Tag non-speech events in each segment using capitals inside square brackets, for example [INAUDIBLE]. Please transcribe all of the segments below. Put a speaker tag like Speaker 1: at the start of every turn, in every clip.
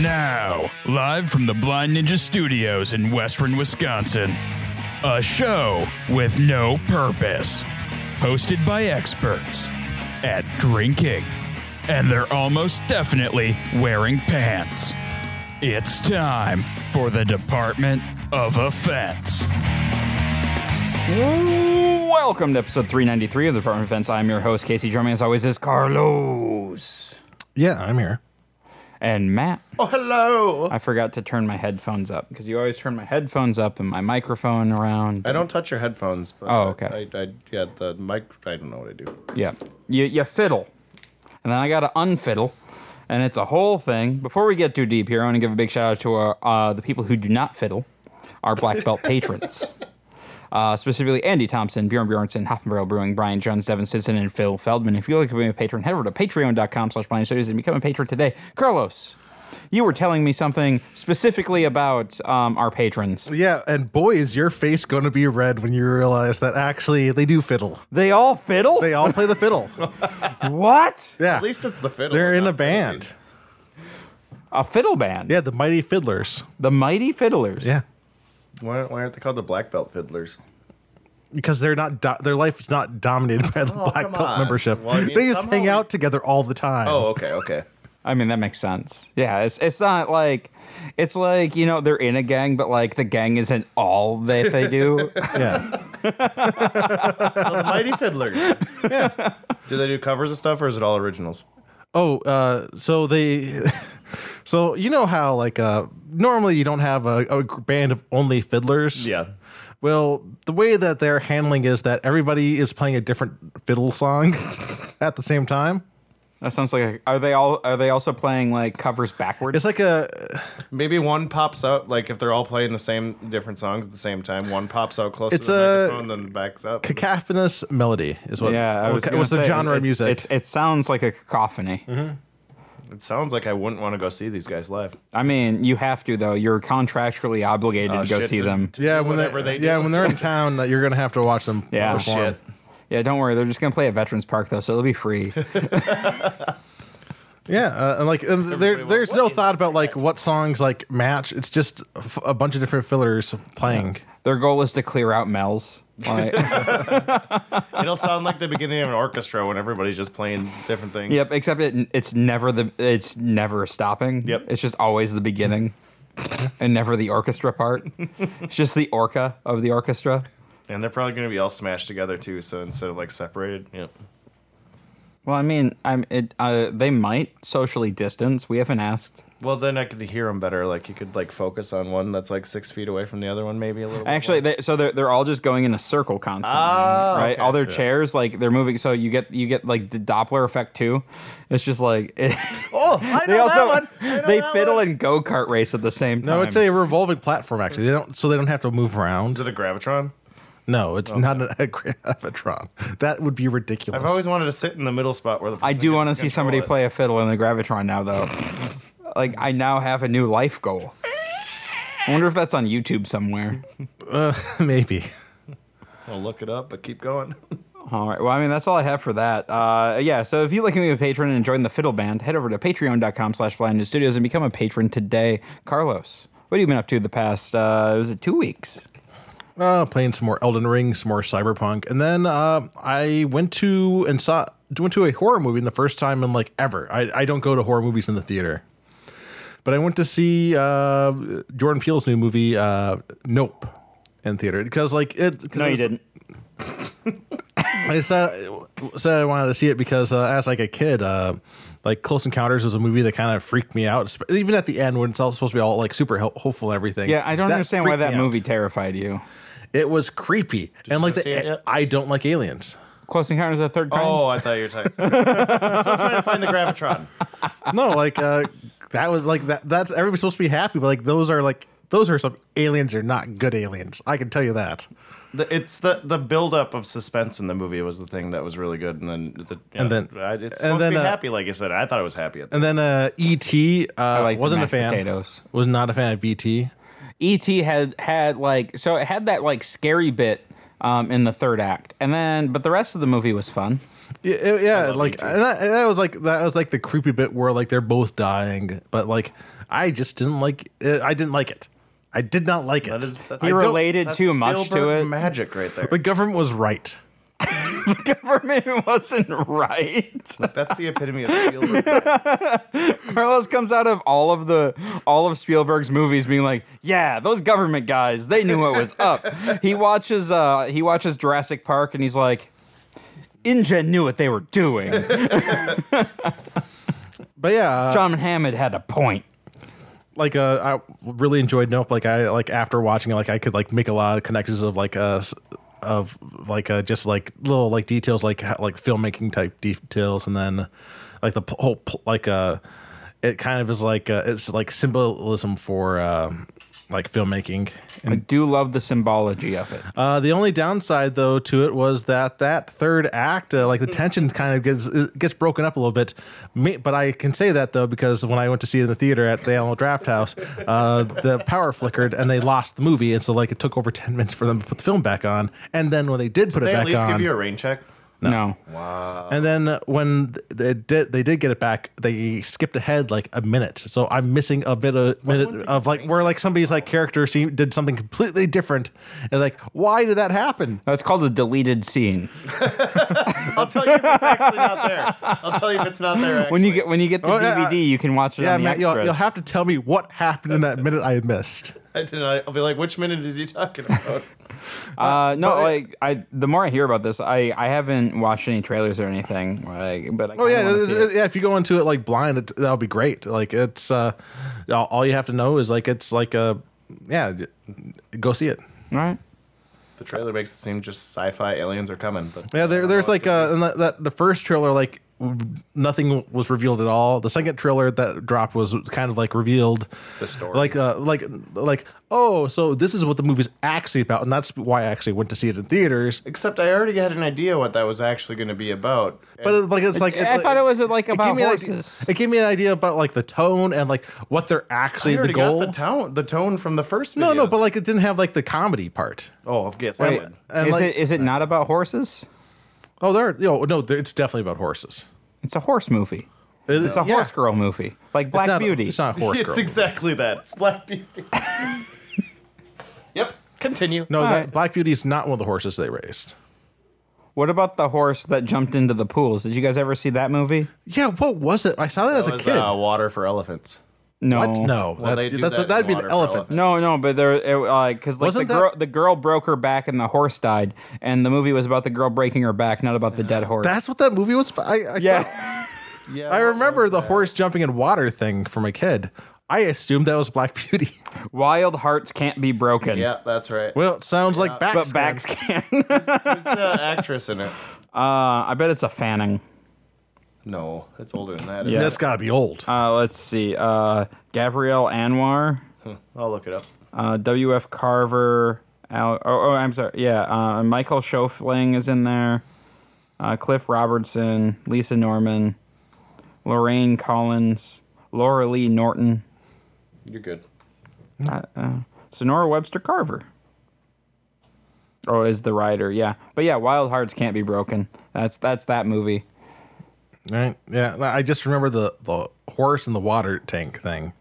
Speaker 1: Now, live from the Blind Ninja Studios in Western Wisconsin, a show with no purpose, hosted by experts at drinking, and they're almost definitely wearing pants. It's time for the Department of Offense.
Speaker 2: Welcome to episode 393 of the Department of Defense. I'm your host, Casey Drumming. As always, is Carlos
Speaker 3: Yeah, I'm here.
Speaker 2: and Matt.
Speaker 3: Oh, hello.
Speaker 2: I forgot to turn my headphones up because you always turn my headphones up and my microphone around.
Speaker 3: I don't touch your headphones. But
Speaker 2: Oh, okay.
Speaker 3: I, I, yeah, the mic. I don't know what I do.
Speaker 2: Yeah, you, you fiddle, and then I gotta unfiddle, and it's a whole thing. Before we get too deep here, I want to give a big shout out to our, uh, the people who do not fiddle, our black belt patrons. Uh, specifically, Andy Thompson, Bjorn Bjornson, Hop and Barrel Brewing, Brian Jones, Devin Sisson, and Phil Feldman. If you'd like to be a patron, head over to patreon.com slash blind studies and become a patron today. Carlos, you were telling me something specifically about um, our patrons.
Speaker 3: Yeah, and boy, is your face going to be red when you realize that actually they do fiddle.
Speaker 2: They all fiddle?
Speaker 3: They all play the
Speaker 4: [LAUGHS]
Speaker 3: fiddle.
Speaker 2: what?
Speaker 3: Yeah.
Speaker 4: At least it's the fiddle.
Speaker 3: they're in a
Speaker 4: not the
Speaker 3: band.
Speaker 4: lead.
Speaker 2: A fiddle band.
Speaker 3: Yeah, the Mighty Fiddlers.
Speaker 2: The Mighty Fiddlers.
Speaker 3: Yeah.
Speaker 4: Why, why aren't they called the black belt
Speaker 3: [LAUGHS]
Speaker 4: fiddlers?
Speaker 3: Because they're not do- their life is not dominated by the
Speaker 4: Oh,
Speaker 3: Black
Speaker 4: come
Speaker 3: Belt
Speaker 4: on.
Speaker 3: membership.
Speaker 4: Well, I mean,
Speaker 3: they just
Speaker 4: somehow
Speaker 3: hang
Speaker 4: we-
Speaker 3: out together all the time.
Speaker 4: Oh, okay, okay.
Speaker 2: I mean, that makes sense. Yeah, it's it's not like it's like you know they're in a gang, but like the gang isn't all that they do.
Speaker 3: [LAUGHS] Yeah.
Speaker 4: [LAUGHS] So the mighty fiddlers. Yeah. Do they do covers of stuff or is it all originals?
Speaker 3: Oh, uh, so they, [LAUGHS] so you know how like uh, normally you don't have a, a band of only fiddlers.
Speaker 4: Yeah.
Speaker 3: Well, the way that they're handling is that everybody is playing a different fiddle song [LAUGHS] at the same time.
Speaker 2: [LAUGHS] that sounds like are they all are they also playing like covers backwards?
Speaker 3: It's like a
Speaker 4: Maybe one pops out like if they're all playing the same different songs at the same time. One pops out close
Speaker 3: It's
Speaker 4: to the
Speaker 3: a-
Speaker 4: microphone, then backs up.
Speaker 3: cacophonous melody, is what.
Speaker 2: yeah, I was
Speaker 3: okay,
Speaker 2: gonna
Speaker 3: was the
Speaker 2: say,
Speaker 3: genre
Speaker 2: it's-
Speaker 3: of music. Mm-hmm.
Speaker 2: It's, it sounds like a cacophony.
Speaker 4: It sounds like I wouldn't want to go see these guys live.
Speaker 2: I mean, you have to though. You're contractually obligated
Speaker 4: Oh,
Speaker 2: to go
Speaker 4: shit,
Speaker 2: see
Speaker 4: to-
Speaker 2: them.
Speaker 3: yeah,
Speaker 4: do
Speaker 3: when they're,
Speaker 4: whatever they
Speaker 3: yeah,
Speaker 4: do.
Speaker 3: when they're in town, uh, you're gonna have to watch them.
Speaker 2: Yeah. Oh,
Speaker 3: perform.
Speaker 4: Shit.
Speaker 2: Yeah, don't worry. They're just gonna play at Veterans Park though, so it'll be free.
Speaker 3: Yeah, uh, and like and there,
Speaker 4: went,
Speaker 3: there's
Speaker 4: "What
Speaker 3: no
Speaker 4: is
Speaker 3: thought about like what songs like match. It's just a f- a bunch of different fillers playing.
Speaker 2: Their goal is to clear out Mel's. Like,
Speaker 4: It'll sound like the beginning of an orchestra when everybody's just playing different things.
Speaker 2: yep. Except it, it's never the it's never stopping.
Speaker 4: Yep.
Speaker 2: It's just always the beginning,
Speaker 4: [LAUGHS]
Speaker 2: and never the orchestra part. it's just the orca of the orchestra.
Speaker 4: And they're probably going to be all smashed together too. So instead of like separated, yep.
Speaker 2: Well, I mean, I'm it. Uh, they might socially distance. We haven't asked.
Speaker 4: Well, then I could hear them better. Like you could like focus on one that's like six feet away from the other one, maybe a little. bit
Speaker 2: Actually,
Speaker 4: more.
Speaker 2: they, so they're they're all just going in a circle constantly,
Speaker 4: Ah,
Speaker 2: right?
Speaker 4: okay.
Speaker 2: All their
Speaker 4: Yeah.
Speaker 2: chairs, like they're moving. So you get you get like the Doppler effect too. It's just like [LAUGHS]
Speaker 4: oh, I know
Speaker 2: they
Speaker 4: that
Speaker 2: also
Speaker 4: one. I know
Speaker 2: they
Speaker 4: that
Speaker 2: fiddle
Speaker 4: one.
Speaker 2: and go kart race at the same time.
Speaker 3: No, it's a revolving platform actually. They don't, so they don't have to move around.
Speaker 4: Is it a gravitron?
Speaker 3: No, it's not an, a [LAUGHS] gravitron. That would be ridiculous.
Speaker 4: I've always wanted to sit in the middle spot where the.
Speaker 2: I
Speaker 4: person
Speaker 2: do
Speaker 4: gets
Speaker 2: want to see
Speaker 4: control
Speaker 2: somebody
Speaker 4: it.
Speaker 2: play a fiddle in the Gravitron now, though. like, I now have a new life goal. I wonder if that's on YouTube somewhere.
Speaker 3: [LAUGHS] maybe.
Speaker 4: I'll look it up, but keep
Speaker 2: [LAUGHS]
Speaker 4: going.
Speaker 2: All right. Well, I mean, that's all I have for that. Uh, yeah. So if you'd like to be a patron and join the fiddle band, head over to patreon.com slash blind News studios and become a patron today. Carlos, what have you been up to the past, uh, was it two weeks?
Speaker 3: Uh, playing some more Elden Ring, some more Cyberpunk, and then uh, I went to and saw went to a horror movie in the first time in like ever. I, I don't go to horror movies in the theater, but I went to see uh, Jordan Peele's new movie uh, Nope in theater because like it. 'cause it was- I said said I wanted to see it because uh, as like a kid, uh, like Close Encounters was a movie that kind of freaked me out. sp- Even at the end when it's all supposed to be all like super ho- hopeful and everything.
Speaker 2: Yeah, I don't
Speaker 3: That
Speaker 2: understand why
Speaker 3: freaked
Speaker 2: that
Speaker 3: me out.
Speaker 2: movie terrified you.
Speaker 3: It was creepy and like
Speaker 4: you see it
Speaker 3: the,
Speaker 4: yet?
Speaker 3: I don't like aliens.
Speaker 2: Close Encounters of the Third Kind?
Speaker 4: Oh, I thought you were talking. I'm still trying to find
Speaker 2: [LAUGHS]
Speaker 4: the gravitron.
Speaker 3: No, like uh, [LAUGHS] that was like that. That's everybody's supposed to be happy, but like those are like those are some aliens are not good aliens. I can tell you that.
Speaker 4: The, it's the the buildup of suspense in the movie was the thing that was really good, and then the,
Speaker 3: And then-
Speaker 4: I, it's
Speaker 3: and
Speaker 4: supposed to
Speaker 3: then,
Speaker 4: be
Speaker 3: uh,
Speaker 4: happy, like I said. I thought it was happy. At the,
Speaker 3: And then uh, ET uh,
Speaker 2: like the
Speaker 3: wasn't a
Speaker 2: mashed
Speaker 3: fan.
Speaker 2: potatoes.
Speaker 3: Was not a fan of E ET.
Speaker 2: ET E had had like so it had that like scary bit um, in the third act, and then but the rest of the movie was fun. [LAUGHS]
Speaker 3: Yeah, it- yeah,
Speaker 4: love E
Speaker 3: like
Speaker 4: E.T.
Speaker 3: and I, that was like that was like the creepy bit where like they're both dying, but like I just didn't like it. I didn't like it. I did not like it.
Speaker 4: That is that,
Speaker 2: He
Speaker 4: I don't-
Speaker 2: related
Speaker 4: that's
Speaker 2: too much to
Speaker 4: Spielberg
Speaker 2: it.
Speaker 4: Magic
Speaker 2: [LAUGHS]
Speaker 4: right there.
Speaker 3: the government was right.
Speaker 2: Government [LAUGHS] wasn't [LAUGHS] right.
Speaker 4: that's the epitome of
Speaker 3: [LAUGHS]
Speaker 4: Spielberg.
Speaker 2: Carlos comes out of all of the all of Spielberg's movies being like, "Yeah, those government guys, they knew what was [LAUGHS] up." he watches uh he watches Jurassic Park and he's like, "InGen knew what they were [LAUGHS] doing.
Speaker 3: But yeah, uh,
Speaker 2: John Hammond had a point."
Speaker 3: like uh, I really enjoyed Nope. Like I like after watching it, like I could like make a lot of connections of like uh s- of like uh just like little like details like ho- like filmmaking type details, and then like the p- whole p- like uh it kind of is like uh, it's like symbolism for um like filmmaking.
Speaker 2: I do love the symbology of it.
Speaker 3: Uh, the only downside, though, to it was that that third act, uh, like the tension, kind of gets it gets broken up a little bit. Me, but I can say that though because when I went to see it in the theater at the Alamo Draft House, uh, the power flickered and they lost the movie, and so like it took over ten minutes for them to put the film back on. And then when they did put it
Speaker 4: They
Speaker 3: back
Speaker 4: at least
Speaker 3: on,
Speaker 4: give you a rain check.
Speaker 2: no.
Speaker 3: and then when they did, they did get it back. They skipped ahead like a minute, so I'm missing a bit of minute of like where like somebody's like character scene did something completely different. It's like, why did that happen?
Speaker 2: That's called a deleted scene.
Speaker 4: I'll tell you if it's actually not there. I'll tell you if it's not there. Actually.
Speaker 2: When you get when you get the
Speaker 3: Oh, yeah,
Speaker 2: DVD,
Speaker 3: I-
Speaker 2: you can watch it
Speaker 3: Yeah,
Speaker 2: on the
Speaker 3: Matt, you'll,
Speaker 2: extras.
Speaker 3: you'll have to tell me what happened in [LAUGHS] that minute I missed.
Speaker 4: I did not, I'll be like, which minute is he talking about?
Speaker 2: uh, no, like I, the more I hear about this, I, I haven't watched any trailers or anything. Like, but I
Speaker 3: Oh yeah,
Speaker 2: see it.
Speaker 3: yeah. If you go into it like blind, it, that'll be great. Like it's uh, all all you have to know is like it's like a yeah, d- go see it.
Speaker 2: All right.
Speaker 4: the trailer makes it seem just sci-fi aliens are coming. But
Speaker 3: Yeah, there, there's like uh, and that, that the first trailer like w- nothing was revealed at all. The second trailer that dropped was kind of like revealed
Speaker 4: The story.
Speaker 3: like uh, like like oh, so this is what the movie's actually about, and that's why I actually went to see it in theaters.
Speaker 4: Except I already had an idea what that was actually going to be about.
Speaker 3: But it, like it's like
Speaker 2: I thought it was like about
Speaker 3: gave me an idea-
Speaker 2: horses.
Speaker 3: it gave me an idea about like the tone and like what they're actually
Speaker 4: I
Speaker 3: the
Speaker 4: already
Speaker 3: goal.
Speaker 4: got the tone, the tone from the first.
Speaker 3: no, no,
Speaker 4: videos.
Speaker 3: but like it didn't have like the comedy part.
Speaker 4: oh, of guess
Speaker 3: Wait.
Speaker 4: I would.
Speaker 3: And
Speaker 2: is
Speaker 3: like-
Speaker 2: it is it not about horses?
Speaker 3: Oh, there, are- you know, no, there, it's definitely about horses.
Speaker 2: It's a horse movie. it's a
Speaker 3: yeah.
Speaker 2: horse girl movie, like
Speaker 3: It's
Speaker 2: Black
Speaker 3: not,
Speaker 2: Beauty.
Speaker 3: It's not a horse
Speaker 4: It's
Speaker 3: girl.
Speaker 4: exactly that. It's Black Beauty. [LAUGHS] yep. Continue.
Speaker 3: no, that,
Speaker 2: Alright.
Speaker 3: Black Beauty is not one of the horses they raised.
Speaker 2: what about the horse that jumped into the pools? Did you guys ever see that movie?
Speaker 3: Yeah, what was it? I saw that, as
Speaker 4: That
Speaker 3: a
Speaker 4: was,
Speaker 3: kid.
Speaker 4: uh, water for elephants.
Speaker 2: No.
Speaker 3: what? No,
Speaker 4: Well, they
Speaker 3: that's,
Speaker 4: do
Speaker 3: that's,
Speaker 4: that
Speaker 3: that would
Speaker 4: in
Speaker 3: be
Speaker 4: water
Speaker 3: the
Speaker 4: for
Speaker 3: elephant.
Speaker 4: elephants.
Speaker 2: No, no, but there, it, like, because like
Speaker 3: Wasn't
Speaker 2: the
Speaker 3: that-
Speaker 2: girl, the girl broke her back and the horse died, and the movie was about the girl breaking her back, not about the dead horse.
Speaker 3: That's what that movie was. I, I saw-
Speaker 2: yeah,
Speaker 4: Yeah.
Speaker 3: [LAUGHS] I remember the horse jumping in water thing from a kid. I assumed that was Black Beauty. [LAUGHS]
Speaker 2: wild hearts can't be broken.
Speaker 4: Yeah, that's right.
Speaker 3: well, it sounds like Bax.
Speaker 2: but backs can. [LAUGHS] uh,
Speaker 4: Who's the actress in it?
Speaker 2: I bet it's a Fanning.
Speaker 4: No, it's older than that.
Speaker 2: Yeah.
Speaker 3: That's got to be old.
Speaker 2: Uh, let's see, uh, Gabrielle Anwar.
Speaker 4: I'll look it up.
Speaker 2: uh, W.F. Carver. Al- oh, oh, I'm sorry. Yeah, uh, Michael Schofling is in there. Uh, Cliff Robertson, Lisa Norman, Lorraine Collins, Laura Lee Norton,
Speaker 4: You're good.
Speaker 2: Sonora Webster Carver. Oh, is the writer? Yeah, but yeah, Wild Hearts can't be broken. That's that's that movie.
Speaker 3: Right. Yeah. I just remember the, the horse and the water tank thing.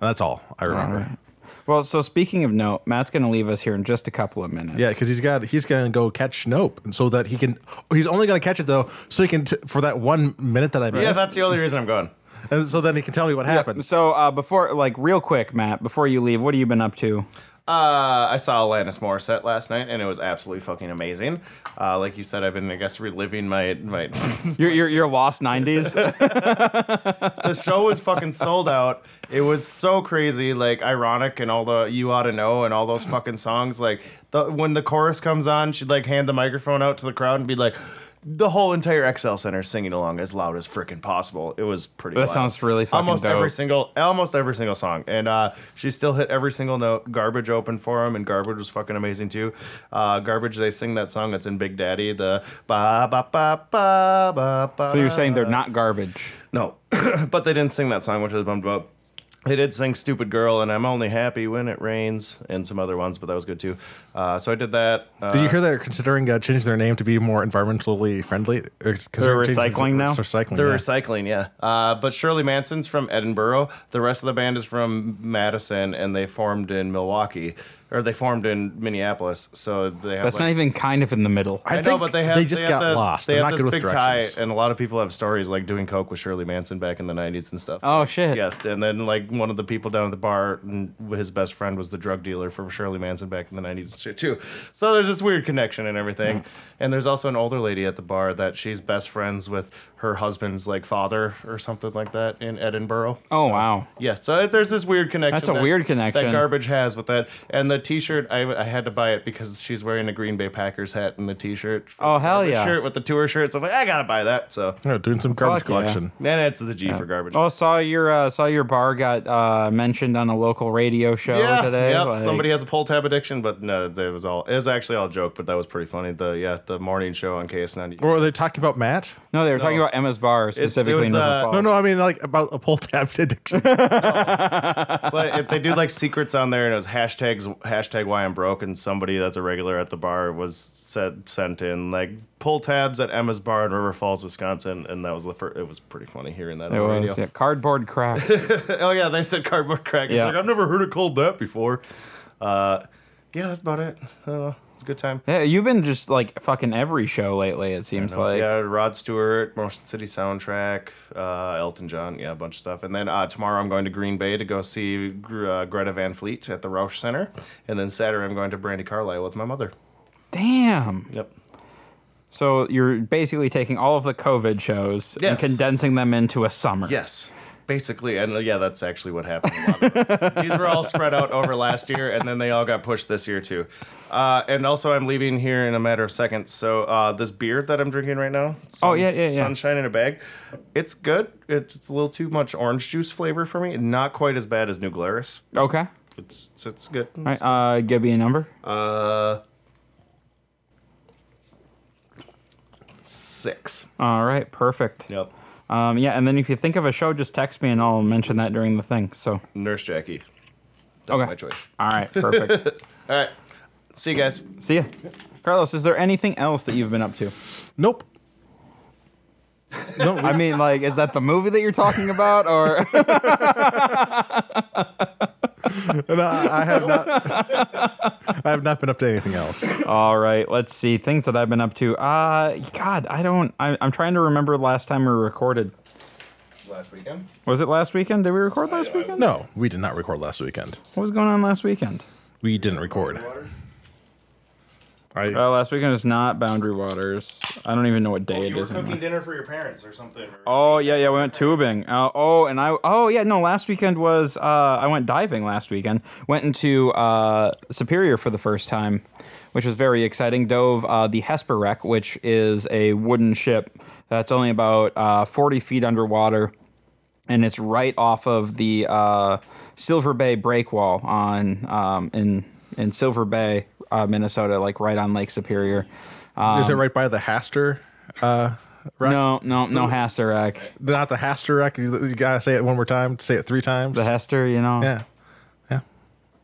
Speaker 3: That's all I remember. Yeah,
Speaker 2: Well, so speaking of note, Matt's gonna leave us here in just a couple of minutes.
Speaker 3: Yeah, because he's got he's gonna go catch Snope, and so that he can he's only gonna catch it though, so he can t- for that one minute that I missed,
Speaker 4: Yeah, that's the only reason I'm going.
Speaker 3: and so then he can tell me what happened.
Speaker 2: So uh, before, like, real quick, Matt, before you leave, what have you been up
Speaker 4: [LAUGHS]
Speaker 2: to?
Speaker 4: Uh, I saw Alanis Morissette last night, and it was absolutely fucking amazing. Uh, like you said, I've been, I guess, reliving my my. [LAUGHS]
Speaker 2: Your your, your lost [LAUGHS] nineties.
Speaker 4: the show was fucking sold out. It was so crazy, like ironic, and all the you ought to know, and all those fucking songs. Like the when the chorus comes on, she'd like hand the microphone out to the crowd and be like. The whole entire XL Center singing along as loud as freaking possible. It was pretty.
Speaker 2: That
Speaker 4: wild.
Speaker 2: sounds really fucking
Speaker 4: almost every
Speaker 2: dope.
Speaker 4: single, almost every single song, and uh, she still hit every single note. Garbage opened for him, and Garbage was fucking amazing too. Uh, Garbage, they sing that song that's in Big Daddy, the ba ba ba ba ba.
Speaker 2: So you're saying they're not garbage?
Speaker 4: [CLEARS THROAT] No, but they didn't sing that song, which I was bummed about. They did sing "Stupid Girl" and "I'm Only Happy When It Rains" and some other ones, but that was good too. Uh, so I did that. Uh,
Speaker 3: Did you hear they're considering uh, changing their name to be more environmentally friendly? Because
Speaker 5: They're recycling now?
Speaker 3: Recycling.
Speaker 4: They're
Speaker 3: yeah.
Speaker 4: recycling, yeah. Uh, but Shirley Manson's from Edinburgh. The rest of the band is from Madison, and they formed in Milwaukee, or they formed in Minneapolis. So they have.
Speaker 2: That's
Speaker 4: like,
Speaker 2: not even kind of in the middle.
Speaker 4: I, know, but they have.
Speaker 3: they just
Speaker 4: have
Speaker 3: got
Speaker 4: the-
Speaker 3: lost.
Speaker 4: They
Speaker 3: They're not
Speaker 4: have this
Speaker 3: good with
Speaker 4: big tie,
Speaker 3: directions.
Speaker 4: and a lot of people have stories like doing coke with Shirley Manson back in the '90s and stuff.
Speaker 2: Oh, shit.
Speaker 4: Yeah, and then like one of the people down at the bar, and his best friend was the drug dealer for Shirley Manson back in the '90s and shit too. So there's this weird connection and everything.
Speaker 3: Mm-hmm.
Speaker 4: And there's also an older lady at the bar that she's best friends with her husband's like father or something like that in Edinburgh.
Speaker 2: Oh wow.
Speaker 4: Yeah, so it- there's this weird connection.
Speaker 2: That's a
Speaker 4: that-
Speaker 2: weird connection.
Speaker 4: that garbage has with that. And the T-shirt, I, I had to buy it because she's wearing a Green Bay Packers hat in the T-shirt. for
Speaker 2: Oh,
Speaker 4: the
Speaker 2: hell
Speaker 4: Garbage
Speaker 2: yeah.
Speaker 4: Shirt with the tour shirts. I'm like, I gotta buy that. So
Speaker 3: Yeah, doing some garbage
Speaker 2: Fuck yeah.
Speaker 3: collection.
Speaker 4: man, it's the G for garbage.
Speaker 2: Oh, saw your uh, saw your bar got uh, mentioned on a local radio show
Speaker 4: yeah,
Speaker 2: today.
Speaker 4: yep.
Speaker 2: like-
Speaker 4: Somebody has a pull tab addiction, but no, it was all. It was actually all a joke, but that was pretty funny. The yeah, the morning show on KS90.
Speaker 3: Or are they talking about Matt?
Speaker 2: no, they were talking about Emma's bar specifically
Speaker 4: was,
Speaker 2: in River
Speaker 4: uh,
Speaker 2: Falls.
Speaker 3: No, no, I mean like about a pull tab [LAUGHS]
Speaker 4: [LAUGHS]
Speaker 3: addiction.
Speaker 4: but if they do like secrets on there and it was hashtags hashtag why i'm broke and somebody that's a regular at the bar was set, sent in like pull tabs at emma's bar in river falls wisconsin and that was the first it was pretty funny hearing that
Speaker 2: It
Speaker 4: on the
Speaker 2: was
Speaker 4: radio
Speaker 2: yeah, cardboard crap.
Speaker 4: [LAUGHS] oh yeah they said cardboard crack
Speaker 2: Yeah.
Speaker 4: it's like i've never heard it called that before uh, yeah that's about it uh, it's a good time
Speaker 2: yeah, you've been just like fucking every show lately. It seems like
Speaker 4: yeah, Rod Stewart, Motion City soundtrack, uh, Elton John, yeah, a bunch of stuff. And then uh, tomorrow I'm going to Green Bay to go see Gr- uh, Greta Van Fleet at the Roush Center, and then Saturday I'm going to Brandy Carlisle with my mother.
Speaker 2: damn.
Speaker 4: Yep.
Speaker 2: So you're basically taking all of the COVID shows and
Speaker 4: Yes.
Speaker 2: condensing them into a summer.
Speaker 4: Yes. Basically, and uh, yeah, that's actually what happened. A lot
Speaker 2: [LAUGHS]
Speaker 4: of them. These were all spread out over last year, and then they all got pushed this year too. Uh, and also, I'm leaving here in a matter of seconds. So uh, this beer that I'm drinking right now,
Speaker 2: Oh, yeah, yeah, yeah.
Speaker 4: sunshine in a bag, it's good. It's, it's a little too much orange juice flavor for me. Not quite as bad as New Glarus.
Speaker 2: Okay. All
Speaker 4: It's it's, it's good.
Speaker 2: right. Uh, give me a number.
Speaker 4: Uh, six.
Speaker 2: All right. Perfect.
Speaker 4: Yep.
Speaker 2: Um, yeah, and then if you think of a show, just text me and I'll mention that during the thing. So.
Speaker 4: Nurse Jackie. That's
Speaker 2: Okay.
Speaker 4: my choice.
Speaker 2: All right. Perfect.
Speaker 4: [LAUGHS] All right. See you guys.
Speaker 2: See ya. Carlos, is there anything else that you've been up to?
Speaker 3: nope. No,
Speaker 2: I mean, like, is that the movie that you're talking about? Or
Speaker 3: and I, I have not. I have not been up to anything else.
Speaker 2: all right, let's see things that I've been up to. Uh, God, I don't. I, I'm trying to remember last time we recorded.
Speaker 4: Last weekend.
Speaker 2: Was it last weekend? Did we record last weekend?
Speaker 3: No, we did not record last weekend.
Speaker 2: What was going on last weekend?
Speaker 3: We didn't record. I,
Speaker 2: Uh, last weekend is not Boundary Waters. I don't even know what
Speaker 4: Oh,
Speaker 2: day it is. anymore.
Speaker 4: dinner for your parents or something.
Speaker 2: Oh yeah, yeah, we went tubing. Uh, oh, and I oh yeah, no, last weekend was uh, I went diving last weekend. Went into uh, Superior for the first time, which was very exciting. Dove uh, the Hesper wreck, which is a wooden ship that's only about uh, forty feet underwater, and it's right off of the uh, Silver Bay breakwall on um, in in Silver Bay, uh, Minnesota, like right on Lake Superior.
Speaker 3: is it
Speaker 2: Um,
Speaker 3: right by the Haster?
Speaker 2: No, no, no Hester wreck.
Speaker 3: Not the Haster wreck. You, you gotta say it one more time. Say it three times.
Speaker 2: The Hester, you know.
Speaker 3: yeah, yeah.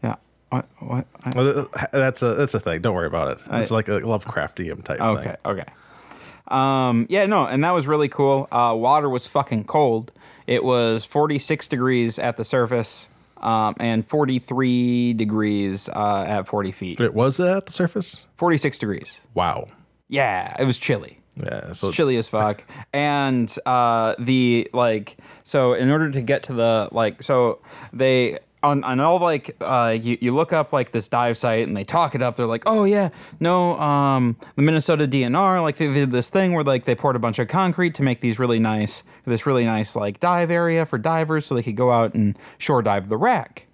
Speaker 2: Yeah. What? What? I-
Speaker 3: Well, th- That's a that's a thing. Don't worry about it. It's like a Lovecraftium type thing.
Speaker 2: Okay. Okay. Um, yeah, no, and that was really cool. Uh, water was fucking cold. It was 46 degrees at the surface um, and 43 degrees uh, at 40 feet.
Speaker 3: It was at the surface.
Speaker 2: 46 degrees.
Speaker 3: Wow.
Speaker 2: Yeah, it was chilly.
Speaker 3: Yeah. So
Speaker 2: chilly as fuck. and uh, the like, so in order to get to the like, so they on on all like uh, you you look up like this dive site and they talk it up. They're like, oh yeah, no, um, the Minnesota DNR like they did this thing where like they poured a bunch of concrete to make these really nice this really nice like dive area for divers so they could go out and shore dive the wreck.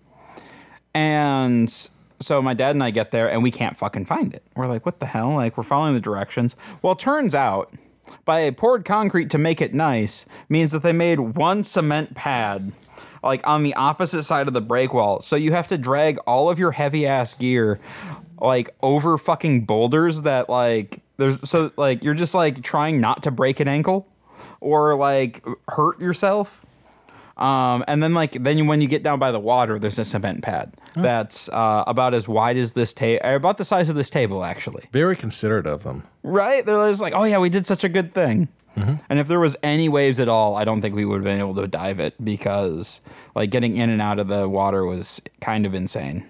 Speaker 2: And so my dad and I get there and we can't fucking find it. We're like, what the hell? Like, we're following the directions. Well, turns out by poured concrete to make it nice means that they made one cement pad like on the opposite side of the break wall. So you have to drag all of your heavy ass gear like over fucking boulders that like there's so like you're just like trying not to break an ankle or like hurt yourself Um, and then like then you, when you get down by the water, there's a cement pad that's uh, about as wide as this table, about the size of this table actually.
Speaker 3: Very considerate of them.
Speaker 2: Right? They're just like, oh yeah, we did such a good thing. And if there was any waves at all, I don't think we would have been able to dive it because like getting in and out of the water was kind of insane.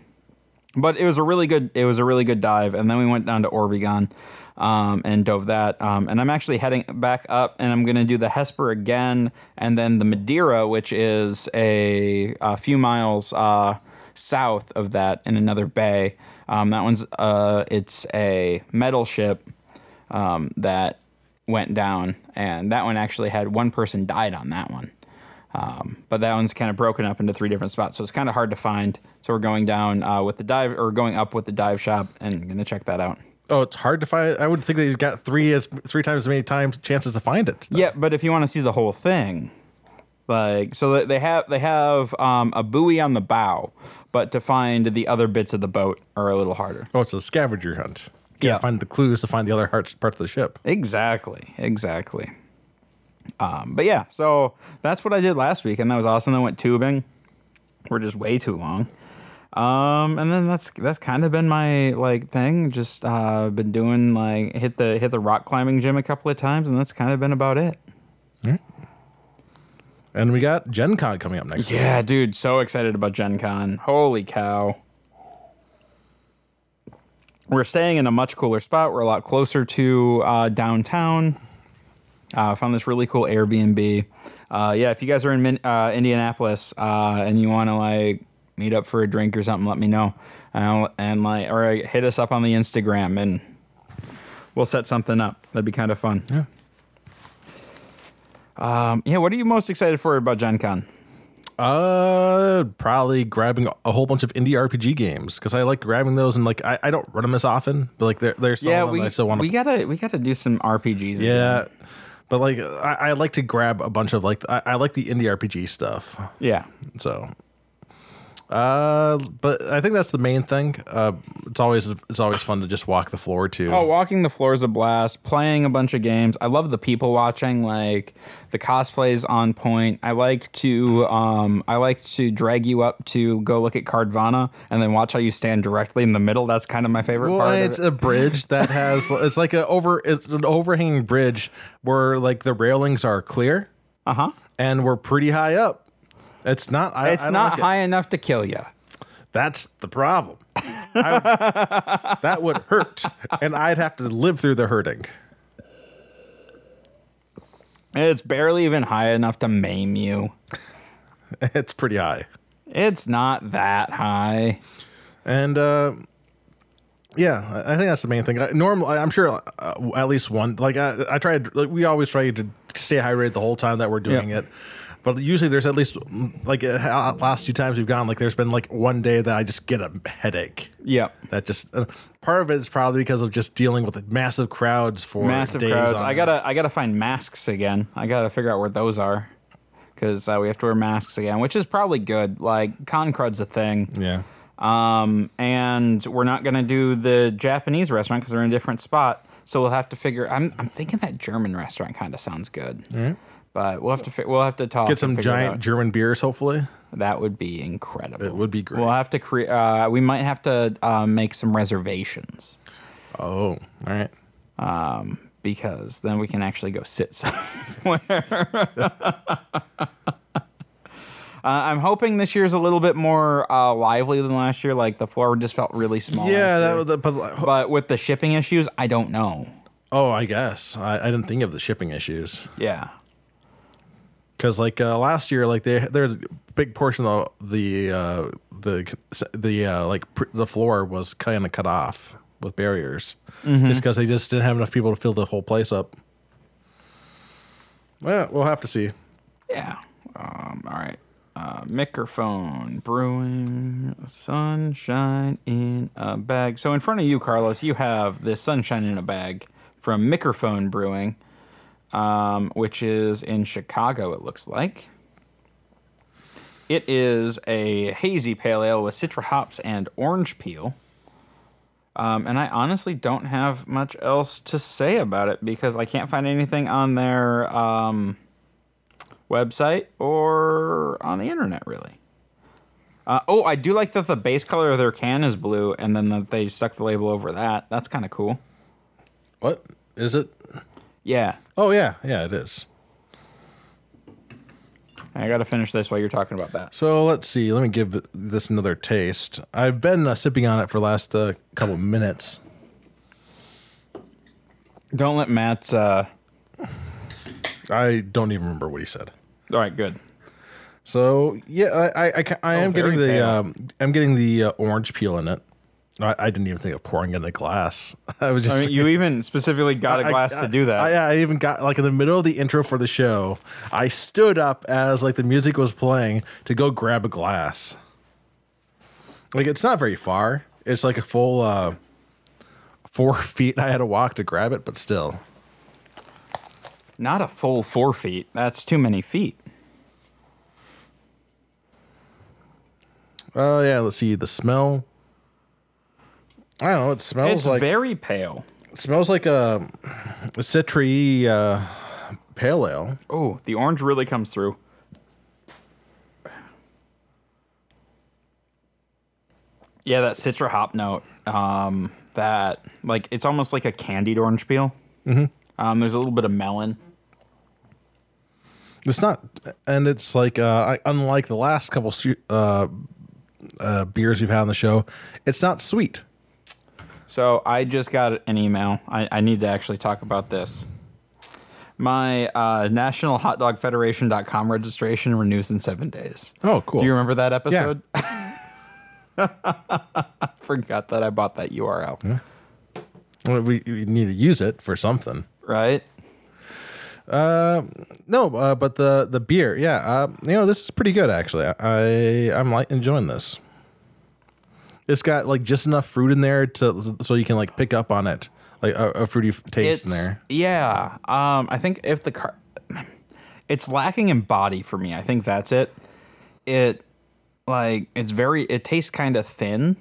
Speaker 2: But it was a really good it was a really good dive, and then we went down to Orbegon um, and dove that. Um, and I'm actually heading back up, and I'm gonna do the Hesper again, and then the Madeira, which is a, a few miles uh, south of that in another bay. Um, that one's uh, it's a metal ship um, that went down, and that one actually had one person died on that one. Um, but that one's kind of broken up into three different spots, so it's kind of hard to find. So we're going down uh, with the dive, or going up with the dive shop, and gonna check that out.
Speaker 3: Oh, it's hard to find. I would think they got three as three times as many times chances to find it.
Speaker 2: Yeah, but if you want to see the whole thing, like so that they have they have um, a buoy on the bow, but to find the other bits of the boat are a little harder.
Speaker 3: Oh, it's a scavenger hunt. You
Speaker 2: Yeah.
Speaker 3: yeah, find the clues to find the other hearts parts of the ship.
Speaker 2: Exactly. Exactly. Um, but yeah, so that's what I did last week, and that was awesome. Then went tubing. We're just way too long. Um, and then that's that's kind of been my like thing. Just uh, been doing like hit the hit the rock climbing gym a couple of times, and that's kind of been about it.
Speaker 3: And we got Gen Con coming up next week.
Speaker 2: Yeah, dude, so excited about Gen Con. Holy cow. We're staying in a much cooler spot. We're a lot closer to uh, downtown. Uh, found this really cool Airbnb. Uh, yeah, if you guys are in Min- uh, Indianapolis uh, and you want to like meet up for a drink or something, let me know. And, and like, or uh, hit us up on the Instagram and we'll set something up. That'd be kind of fun.
Speaker 3: Yeah.
Speaker 2: Um, yeah, what are you most excited for about Gen Con?
Speaker 3: Uh, probably grabbing a whole bunch of indie RPG games because I like grabbing those and like I, I don't run them as often, but like they're they're still
Speaker 2: yeah,
Speaker 3: on
Speaker 2: we,
Speaker 3: I still want
Speaker 2: we
Speaker 3: to.
Speaker 2: gotta we gotta do some RPGs. again.
Speaker 3: Yeah, but like I, I like to grab a bunch of like I, I like the indie RPG stuff.
Speaker 2: yeah,
Speaker 3: So, uh, but I think that's the main thing. Uh, it's always it's always fun to just walk the floor too.
Speaker 2: Oh, walking the floor is a blast. Playing a bunch of games. I love the people watching. Like the cosplays on point. I like to um, I like to drag you up to go look at Cardvana and then watch how you stand directly in the middle. That's kind of my favorite
Speaker 3: Well,
Speaker 2: part.
Speaker 3: it's
Speaker 2: of it.
Speaker 3: a bridge that has it's like a over it's an overhanging bridge where like the railings are clear. Uh huh. And we're pretty high up. It's not. I,
Speaker 2: Uh-huh. It's
Speaker 3: I don't
Speaker 2: not
Speaker 3: like it.
Speaker 2: high enough to kill you.
Speaker 3: That's the problem. I- that would [LAUGHS] hurt, and I'd have to live through the hurting. [LAUGHS]
Speaker 2: It's barely even high enough to maim you.
Speaker 3: It's pretty high,
Speaker 2: It's not that high.
Speaker 3: and uh, yeah, I I think that's the main thing. I, normally, I'm sure uh, at least one. Like I, I tried. Like we always try to stay hydrated the whole time that we're doing
Speaker 2: Yeah.
Speaker 3: it. But usually, there's at least mm, like uh, last few times we've gone. Like there's been like one day that I just get a headache.
Speaker 2: Yep.
Speaker 3: That just uh, part of it is probably because of just dealing with the massive crowds for
Speaker 2: massive
Speaker 3: days
Speaker 2: crowds.
Speaker 3: on
Speaker 2: I
Speaker 3: end.
Speaker 2: gotta I gotta find masks again. I gotta figure out where those are because uh, we have to wear masks again, which is probably good. Like con crud's a thing.
Speaker 3: yeah.
Speaker 2: Um, and we're not gonna do the Japanese restaurant because they're in a different spot. So we'll have to figure. I'm I'm thinking that German restaurant kind of sounds good. But we'll have to fi- we'll have to talk.
Speaker 3: Get
Speaker 2: and
Speaker 3: some
Speaker 2: figure it
Speaker 3: giant
Speaker 2: out.
Speaker 3: German beers, hopefully.
Speaker 2: That would be incredible.
Speaker 3: It would be great.
Speaker 2: We'll have to create. Uh, we might have to uh, make some reservations
Speaker 3: Oh, all right.
Speaker 2: because then we can actually go sit [LAUGHS] somewhere. [LAUGHS] Uh, I'm hoping this year's a little bit more uh, lively than last year. Like the floor just felt really small.
Speaker 3: Yeah,
Speaker 2: last
Speaker 3: that
Speaker 2: year.
Speaker 3: was the, but like,
Speaker 2: but with the shipping issues, I don't know.
Speaker 3: oh, I guess I, I didn't think of the shipping issues
Speaker 2: Yeah.
Speaker 3: because like uh, last year, like they there's a big portion of the the uh, the the uh, like pr- the floor was kind of cut off with barriers
Speaker 2: Mm-hmm.
Speaker 3: just because they just didn't have enough people to fill the whole place up. Well, we'll have to see.
Speaker 2: Yeah. Um, all right. Uh, microphone brewing sunshine in a bag. So in front of you, Carlos, you have this sunshine in a bag from Microphone Brewing, um, which is in Chicago. It looks like. It is a hazy pale ale with citra hops and orange peel. Um, and I honestly don't have much else to say about it because I can't find anything on their um, website or on the internet, really. Uh, oh, I do like that the base color of their can is blue, and then that they stuck the label over that. That's kind of cool.
Speaker 3: What is it?
Speaker 2: Yeah,
Speaker 3: Oh yeah, yeah, it is.
Speaker 2: I got to finish this while you're talking about that.
Speaker 3: So let's see. Let me give this another taste. I've been uh, sipping on it for the last uh, couple of minutes.
Speaker 2: Don't let Matt's. Uh...
Speaker 3: I don't even remember what he said.
Speaker 2: All right, good.
Speaker 3: So yeah, I I, I, ca- I am
Speaker 2: Oh, very
Speaker 3: getting the
Speaker 2: pale.
Speaker 3: um, I'm getting the uh, orange peel in it. I, I didn't even think of pouring it in a glass. [LAUGHS] I was just
Speaker 2: I mean, you even specifically got a glass
Speaker 3: I-
Speaker 2: to do that.
Speaker 3: I, I even got like in the middle of the intro for the show. I stood up as like the music was playing to go grab a glass. Like it's not very far. It's like a full uh, four [LAUGHS] feet. I had to walk to grab it, but still,
Speaker 2: Not a full four feet. That's too many feet.
Speaker 3: oh yeah. Let's see the smell. I don't know. It smells
Speaker 2: It's
Speaker 3: like
Speaker 2: very pale.
Speaker 3: it smells like a, a citry uh, pale ale.
Speaker 2: Oh, the orange really comes through. Yeah, that citra hop note. Um, that like it's almost like a candied orange peel. Mm-hmm. Um, there's a little bit of melon.
Speaker 3: It's not, and it's like uh, I- unlike the last couple su- uh, uh, beers we've had on the show, it's not sweet.
Speaker 2: So I just got an email. I, I need to actually talk about this. My uh, National Hot Dog Federation.com registration renews in seven days.
Speaker 3: Oh, cool.
Speaker 2: Do you remember that episode? [LAUGHS] Forgot that I bought that URL.
Speaker 3: Well, we, we need to use it for something.
Speaker 2: Right?
Speaker 3: No, uh, but the the beer, yeah, uh, you know, this is pretty good actually. I I'm like enjoying this. It's got like just enough fruit in there to so you can like pick up on it, like a, a fruity f- taste in there.
Speaker 2: Yeah. Um, I think if the car, it's lacking in body for me. I think that's it. It like it's very. It tastes kind of thin.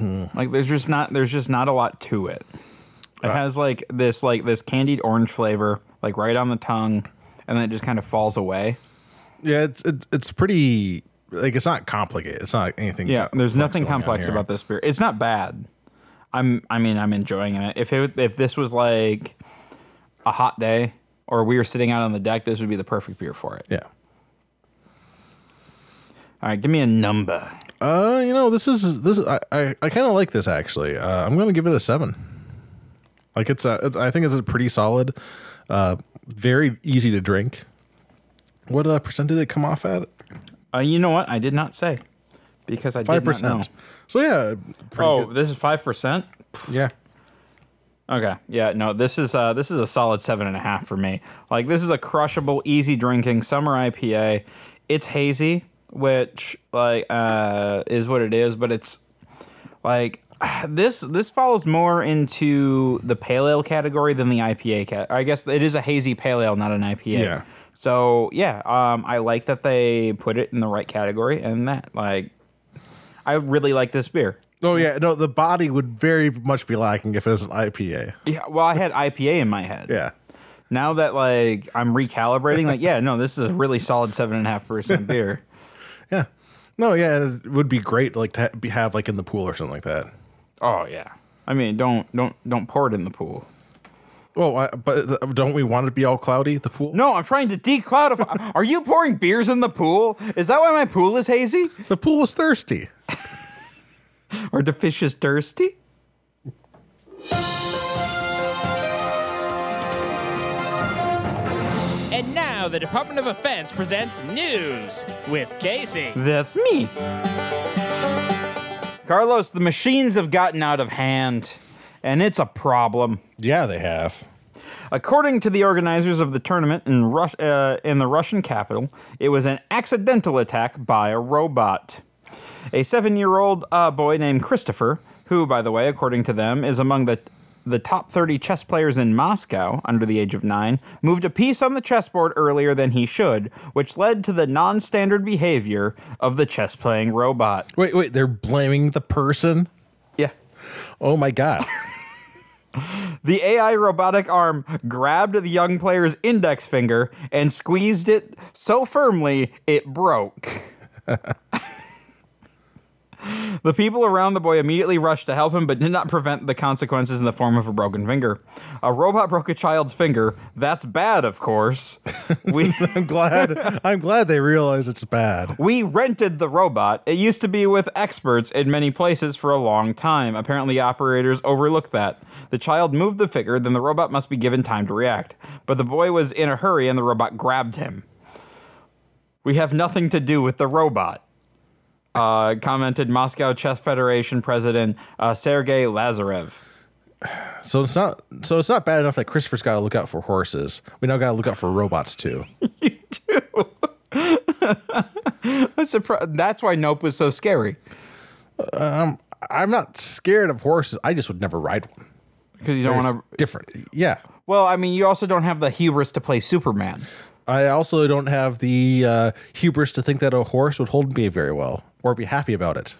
Speaker 2: Like there's just not there's just not a lot to it. It
Speaker 3: Uh,
Speaker 2: has like this like this candied orange flavor like right on the tongue, and then it just kind of falls away.
Speaker 3: Yeah, it's it's, it's pretty. Like it's not complicated. It's not anything.
Speaker 2: Yeah,
Speaker 3: co-
Speaker 2: there's nothing
Speaker 3: going on
Speaker 2: complex
Speaker 3: here.
Speaker 2: about this beer. It's not bad. I'm I mean I'm enjoying it. If it if this was like a hot day or we were sitting out on the deck, this would be the perfect beer for it.
Speaker 3: Yeah.
Speaker 2: All right, give me a number.
Speaker 3: Uh, you know, this is this. I I, I kind of like this actually. Uh, I'm gonna give it a seven. Like it's a, it, I think it's a pretty solid, uh, very easy to drink. What uh, percent did it come off at?
Speaker 2: Uh, you know what? I did not say because I
Speaker 3: Five
Speaker 2: did not know.
Speaker 3: percent. So yeah, pretty
Speaker 2: Oh, this is five percent.
Speaker 3: good. yeah.
Speaker 2: Okay, yeah, no, this is uh, this is a solid seven and a half for me. Like this is a crushable, easy drinking summer IPA. It's hazy, which like uh, is what it is, but it's like [SIGHS] this this falls more into the pale ale category than the IPA cat. I guess it is a hazy pale ale, not an IPA.
Speaker 3: Yeah.
Speaker 2: So yeah, um, I like that they put it in the right category, and that like I really like this beer.
Speaker 3: Oh yeah. No, the body would very much be lacking if it was an IPA.
Speaker 2: Yeah, well, I had IPA in my head.
Speaker 3: Yeah.
Speaker 2: now that like I'm recalibrating, like yeah, no, this is a really solid seven and a half percent beer.
Speaker 3: Yeah. No, yeah, it would be great like to ha- be, have like in the pool or something like that.
Speaker 2: [LAUGHS] Oh yeah. I mean, don't don't don't pour it in the pool.
Speaker 3: Well, I, but uh, don't we want it to be all cloudy? The pool.
Speaker 2: No, I'm trying to decloudify. [LAUGHS] Are you pouring beers in the pool? Is that why my pool is hazy?
Speaker 3: The pool was thirsty.
Speaker 2: Or the fish is thirsty?
Speaker 5: And now the Department of Defense presents news with Casey.
Speaker 2: That's me. Carlos, the machines have gotten out of hand, and it's a problem.
Speaker 3: Yeah, they have.
Speaker 2: According to the organizers of the tournament in, Rus- uh, in the Russian capital, it was an accidental attack by a robot. A seven year old uh, boy named Christopher, who, by the way, according to them, is among the, the top 30 chess players in Moscow under the age of nine, moved a piece on the chessboard earlier than he should, which led to the non standard behavior of the chess playing robot.
Speaker 3: Wait, wait, they're blaming the person? [LAUGHS]
Speaker 2: Yeah.
Speaker 3: Oh my god.
Speaker 2: The AI robotic arm grabbed the young player's index finger and squeezed it so firmly it broke. [LAUGHS] the people around the boy immediately rushed to help him, but did not prevent the consequences in the form of a broken finger. A robot broke a child's finger. That's bad, of course. [LAUGHS] We.
Speaker 3: I'm glad. I'm glad they realize it's bad.
Speaker 2: We rented the robot. It used to be with experts in many places for a long time. Apparently, operators overlooked that. The child moved the figure, then the robot must be given time to react. But the boy was in a hurry and the robot grabbed him. We have nothing to do with the robot, uh, commented Moscow Chess Federation president uh, Sergei Lazarev.
Speaker 3: So it's not. So it's not bad enough that Christopher's got to look out for horses. We now got to look out for robots too. [LAUGHS]
Speaker 2: I'm surprised- That's why Nope was so scary.
Speaker 3: I'm not scared of horses. I just would never ride one.
Speaker 2: Because you don't
Speaker 3: It's
Speaker 2: want to.
Speaker 3: different. Yeah.
Speaker 2: Well, I mean, you also don't have the hubris to play Superman.
Speaker 3: I also don't have the uh, hubris to think that a horse would hold me very well or be happy about it.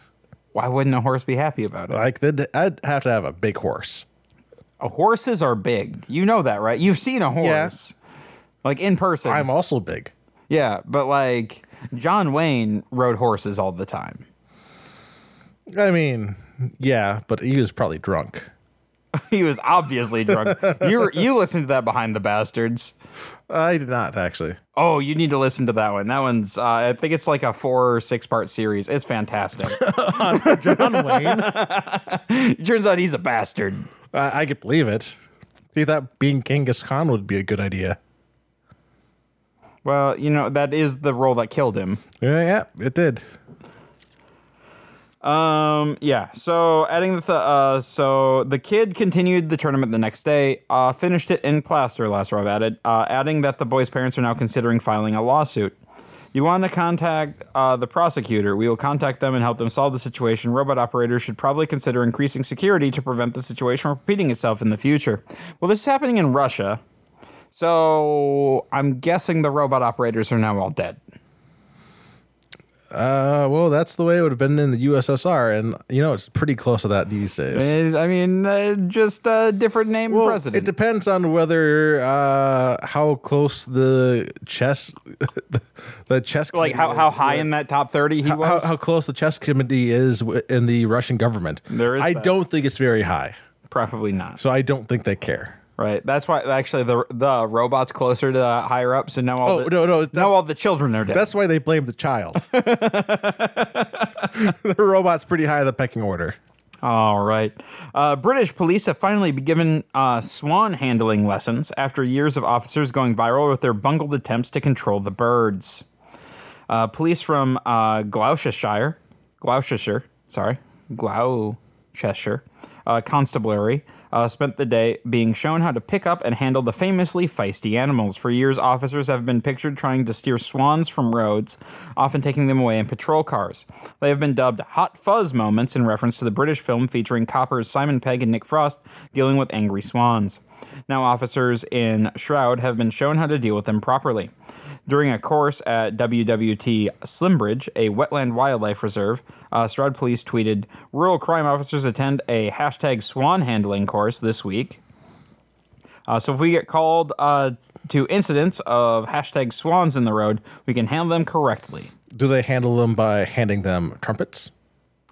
Speaker 2: Why wouldn't a horse be happy about it?
Speaker 3: Like then I'd have to have a big horse.
Speaker 2: Horses are big. You know that, right? You've seen a horse. Like in person.
Speaker 3: I'm also big.
Speaker 2: yeah, but like John Wayne rode horses all the time. [LAUGHS]
Speaker 3: I mean, yeah, but he was probably drunk.
Speaker 2: He was obviously drunk. you were, you listened to that behind the bastards.
Speaker 3: I did not actually.
Speaker 2: Oh, you need to listen to that one. That one's uh, I think it's like a four or six part series. It's fantastic.
Speaker 3: John Wayne. I,
Speaker 2: it turns out he's a bastard.
Speaker 3: I could believe it. He thought being Genghis Khan would be a good idea.
Speaker 2: Well, you know that is the role that killed him.
Speaker 3: Yeah, yeah, it did.
Speaker 2: Um. Yeah. So adding the th- uh, so the kid continued the tournament the next day. Uh, finished it in plaster. Lazarov added, uh, adding that the boy's parents are now considering filing a lawsuit. You want to contact uh, the prosecutor? We will contact them and help them solve the situation. Robot operators should probably consider increasing security to prevent the situation from repeating itself in the future. Well, this is happening in Russia, so I'm guessing the robot operators are now all dead.
Speaker 3: Uh, well, that's the way it would have been in the USSR, and you know it's pretty close to that these days.
Speaker 2: Eh, I mean, uh, just a different name
Speaker 3: Well,
Speaker 2: president.
Speaker 3: It depends on whether uh, how close the chess [LAUGHS] the chess
Speaker 2: like how,
Speaker 3: committee
Speaker 2: how
Speaker 3: is.
Speaker 2: high in that top 30 he
Speaker 3: how,
Speaker 2: was
Speaker 3: how close the chess committee is w- in the Russian government.
Speaker 2: There is
Speaker 3: I
Speaker 2: that.
Speaker 3: don't think it's very high,
Speaker 2: probably not
Speaker 3: so I don't think they care.
Speaker 2: right that's why actually the the robot's closer to the higher up so now all
Speaker 3: Oh,
Speaker 2: the,
Speaker 3: no, no, that-
Speaker 2: now all the children are dead
Speaker 3: That's why they blame the
Speaker 2: [LAUGHS]
Speaker 3: child. [LAUGHS] the robot's pretty high in the pecking order.
Speaker 2: all right uh, british police have finally been given uh, swan handling lessons after years of officers going viral with their bungled attempts to control the birds uh, police from uh, gloucestershire gloucestershire sorry gloucestershire uh, constabulary uh, spent the day being shown how to pick up and handle the famously feisty animals. For years, officers have been pictured trying to steer swans from roads, often taking them away in patrol cars. They have been dubbed hot fuzz moments in reference to the British film featuring coppers Simon Pegg and Nick Frost dealing with angry swans. Now, officers in Shroud have been shown how to deal with them properly. During a course at WWT Slimbridge, a wetland wildlife reserve, uh, Stroud Police tweeted Rural crime officers attend a hashtag swan handling course this week. Uh, so if we get called uh, to incidents of hashtag swans in the road, we can handle them correctly.
Speaker 3: Do they handle them by handing them trumpets?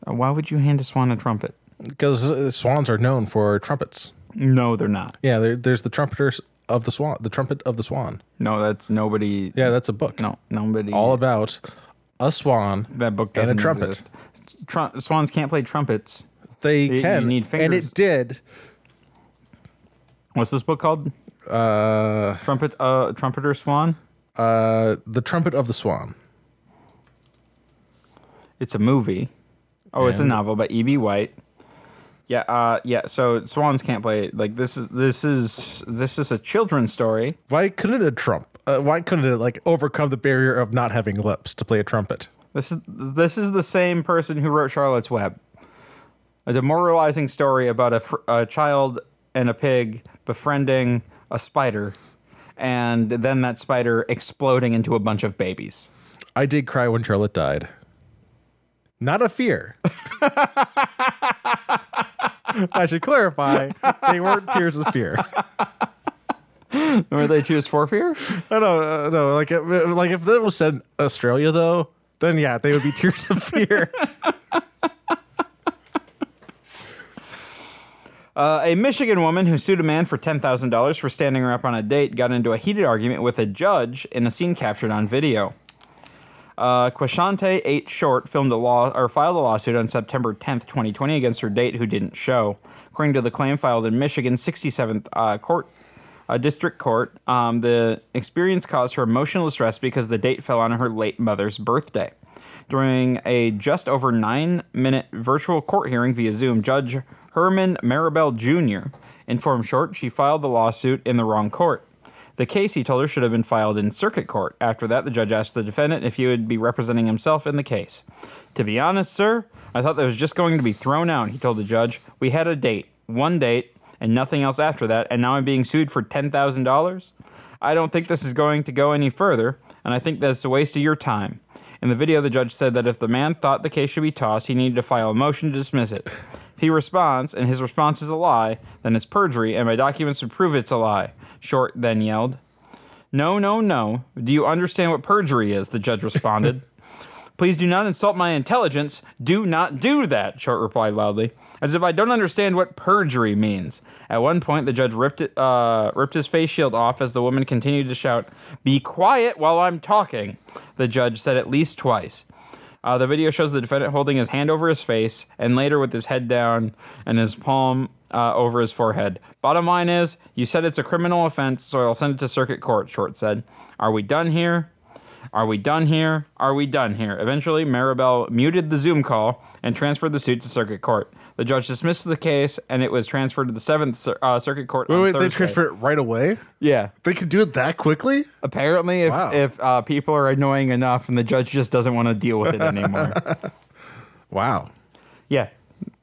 Speaker 2: Uh, why would you hand a swan a trumpet?
Speaker 3: Because uh, swans are known for trumpets.
Speaker 2: No, they're not.
Speaker 3: Yeah, there, there's the trumpeters of the swan, the trumpet of the swan.
Speaker 2: No, that's nobody.
Speaker 3: Yeah, that's a book.
Speaker 2: No, nobody.
Speaker 3: all about a swan.
Speaker 2: that book
Speaker 3: and
Speaker 2: doesn't
Speaker 3: a trumpet.
Speaker 2: exist. Tru- swans can't play trumpets.
Speaker 3: They
Speaker 2: you
Speaker 3: can
Speaker 2: need
Speaker 3: and
Speaker 2: fingers.
Speaker 3: it did.
Speaker 2: What's this book called? Uh, Trumpet, uh, Trumpeter Swan.
Speaker 3: Uh, the trumpet of the swan.
Speaker 2: It's a movie. Oh, it's a novel by E.B. White. Yeah, uh, yeah. So swans can't play. Like this is this is this is a children's story.
Speaker 3: Why couldn't it trump? Uh, why couldn't it like overcome the barrier of not having lips to play a trumpet?
Speaker 2: This is this is the same person who wrote Charlotte's Web, a demoralizing story about a, fr- a child and a pig befriending a spider, and then that spider exploding into a bunch of babies.
Speaker 3: I did cry when
Speaker 2: [LAUGHS]
Speaker 3: Charlotte died. Not a fear. I should clarify, they weren't tears of fear.
Speaker 2: Or they choose for fear?
Speaker 3: No, no, no, no. Like, if- like if that was said in Australia, though, then yeah, they would be [LAUGHS] tears of fear.
Speaker 2: Uh, a Michigan woman who sued a man for $10,000 for standing her up on a date got into a heated argument with a judge in a scene captured on video. Uh, Quashante 8 Short filmed a law or filed a lawsuit on September 10th, 2020 against her date who didn't show. According to the claim filed in Michigan 67th uh, court uh, district court, um, the experience caused her emotional distress because the date fell on her late mother's birthday. During a just over nine minute virtual court hearing via Zoom, Judge Herman Maribel Jr. informed Short she filed the lawsuit in the wrong court. The case, he told her, should have been filed in circuit court. After that, the judge asked the defendant if he would be representing himself in the case. To be honest, sir, I thought that was just going to be thrown out, he told the judge. We had a date, one date, and nothing else after that, and now I'm being sued for $10,000? I don't think this is going to go any further, and I think that's a waste of your time. In the video, the judge said that if the man thought the case should be tossed, he needed to file a motion to dismiss it. If he responds, and his response is a lie, then it's perjury, and my documents would prove it's a lie. Short then yelled, No, no, no. Do you understand what perjury is? The judge responded. Please do not insult my intelligence. Do not do that, Short replied loudly, as if I don't understand what perjury means. At one point, the judge ripped, it, uh, ripped his face shield off as the woman continued to shout, Be quiet while I'm talking, the judge said at least twice. Uh, the video shows the defendant holding his hand over his face and later with his head down and his palm uh, over his forehead. Bottom line is, you said it's a criminal offense, so I'll send it to circuit court, Short said. Are we done here? Are we done here? Are we done here? Eventually, Maribel muted the Zoom call and transferred the suit to circuit court. The judge dismissed the case, and it was transferred to the Seventh Cir- uh, Circuit Court. on
Speaker 3: Wait, wait, they
Speaker 2: Thursday.
Speaker 3: transfer it right away?
Speaker 2: Yeah,
Speaker 3: They could do it that quickly?
Speaker 2: apparently, if
Speaker 3: Wow.
Speaker 2: if uh, people are annoying enough, and the judge just doesn't want to deal
Speaker 3: [LAUGHS]
Speaker 2: with it anymore.
Speaker 3: Wow.
Speaker 2: yeah,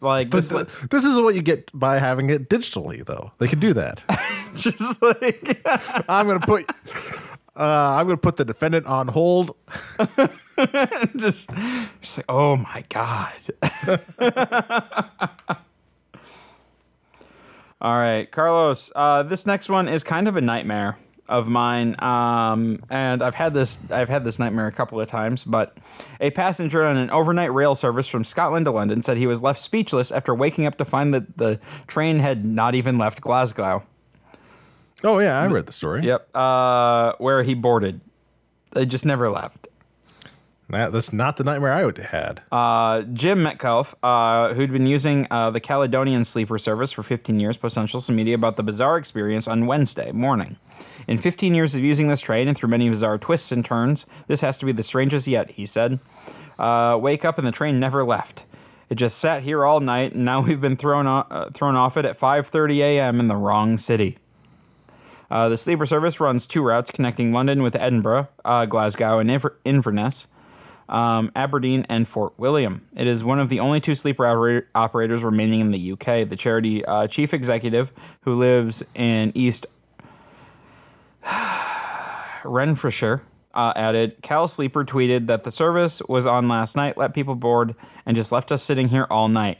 Speaker 2: like
Speaker 3: But
Speaker 2: this,
Speaker 3: th- this is what you get by having it digitally, though. They could do [LAUGHS] that.
Speaker 2: [LAUGHS] just like
Speaker 3: I'm gonna put, uh, I'm gonna put the defendant on hold.
Speaker 2: just, just like, oh my god. [LAUGHS] All right, Carlos. Uh, this next one is kind of a nightmare of mine, um, and I've had this I've had this nightmare a couple of times. But a passenger on an overnight rail service from Scotland to London said he was left speechless after waking up to find that the train had not even left Glasgow.
Speaker 3: Oh yeah, I read the story.
Speaker 2: Yep, uh, where he boarded. They just never left.
Speaker 3: That, that's not the nightmare I would have had.
Speaker 2: Jim Metcalf, uh, who'd been using uh, the Caledonian sleeper service for 15 years, posted on social media about the bizarre experience on Wednesday morning. In 15 years of using this train and through many bizarre twists and turns, this has to be the strangest yet, he said. Uh, wake up and the train never left. It just sat here all night, and now [LAUGHS] we've been thrown, o- uh, thrown off it at 5:30 a.m. in the wrong city. Uh, the sleeper service runs two routes connecting London with Edinburgh, uh, Glasgow, and Inver- Inverness um, Aberdeen and Fort William. It is one of the only two sleeper operator- operators remaining in the UK. The charity uh, chief executive, who lives in East Renfrewshire, uh, added, Cal Sleeper tweeted that the service was on last night, let people board, and just left us sitting here all night.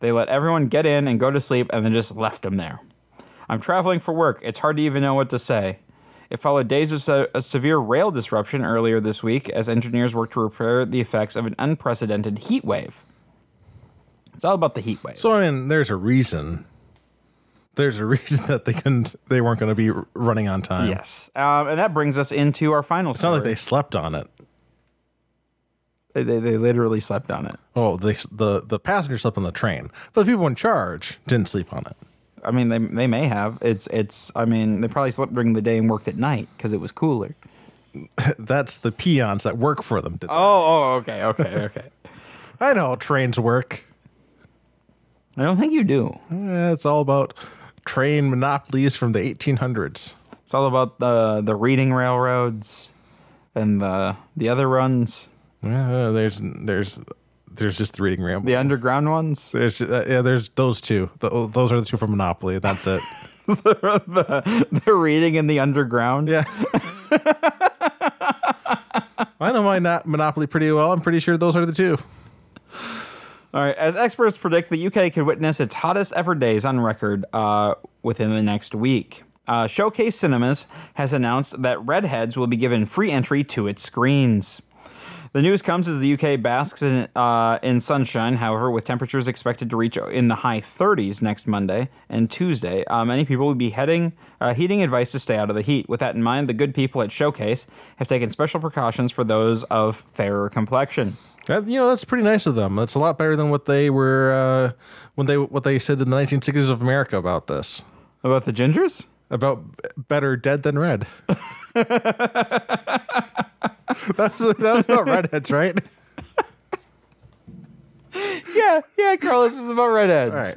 Speaker 2: They let everyone get in and go to sleep and then just left them there. I'm traveling for work. It's hard to even know what to say. It followed days of se- a severe rail disruption earlier this week as engineers worked to repair the effects of an unprecedented heat wave. It's all about the heat wave.
Speaker 3: so I mean, there's a reason. There's a reason [LAUGHS] that they couldn't. They weren't going to be r- running on time.
Speaker 2: yes. Um, and that brings us into our final
Speaker 3: It's not like they slept on it.
Speaker 2: they, they, they literally slept on it.
Speaker 3: Oh, they, the the passenger slept on the train, but the people in charge didn't sleep on it.
Speaker 2: I mean, they, they may have. It's it's. I mean, they probably slept during the day and worked at night because it was cooler.
Speaker 3: That's the peons that work for them. Did that.
Speaker 2: Oh, oh, okay, okay, okay.
Speaker 3: [LAUGHS] I know how trains work.
Speaker 2: I don't think you do.
Speaker 3: Eh, it's all about train monopolies from the 1800s.
Speaker 2: It's all about the the reading railroads and the the other runs,
Speaker 3: Yeah, Eh, there's there's there's just the reading ramble.
Speaker 2: the underground ones, [LAUGHS]
Speaker 3: There's uh, yeah, there's those two. Tho- those are the two from Monopoly.
Speaker 2: [LAUGHS]
Speaker 3: That's it.
Speaker 2: the reading in the underground.
Speaker 3: yeah. I know my not Monopoly pretty well. I'm pretty sure those are the two.
Speaker 2: All right. As experts predict, the UK could witness its hottest ever days on record uh, within the next week. Uh, Showcase Cinemas has announced that redheads will be given free entry to its screens. The news comes as the UK basks in, uh, in sunshine, however, with temperatures expected to reach in the high 30s next Monday and Tuesday. Uh, many people will be heading, uh, heating advice to stay out of the heat. With that in mind, the good people at Showcase have taken special precautions for those of fairer complexion.
Speaker 3: That, you know, that's pretty nice of them. That's a lot better than what they were uh, when they what they said in the 1960s of America about this,
Speaker 2: About the gingers?
Speaker 3: about b- better dead than red. [LAUGHS] that's that's about redheads, right?
Speaker 2: Yeah, yeah, Carlos is about redheads.
Speaker 3: All right.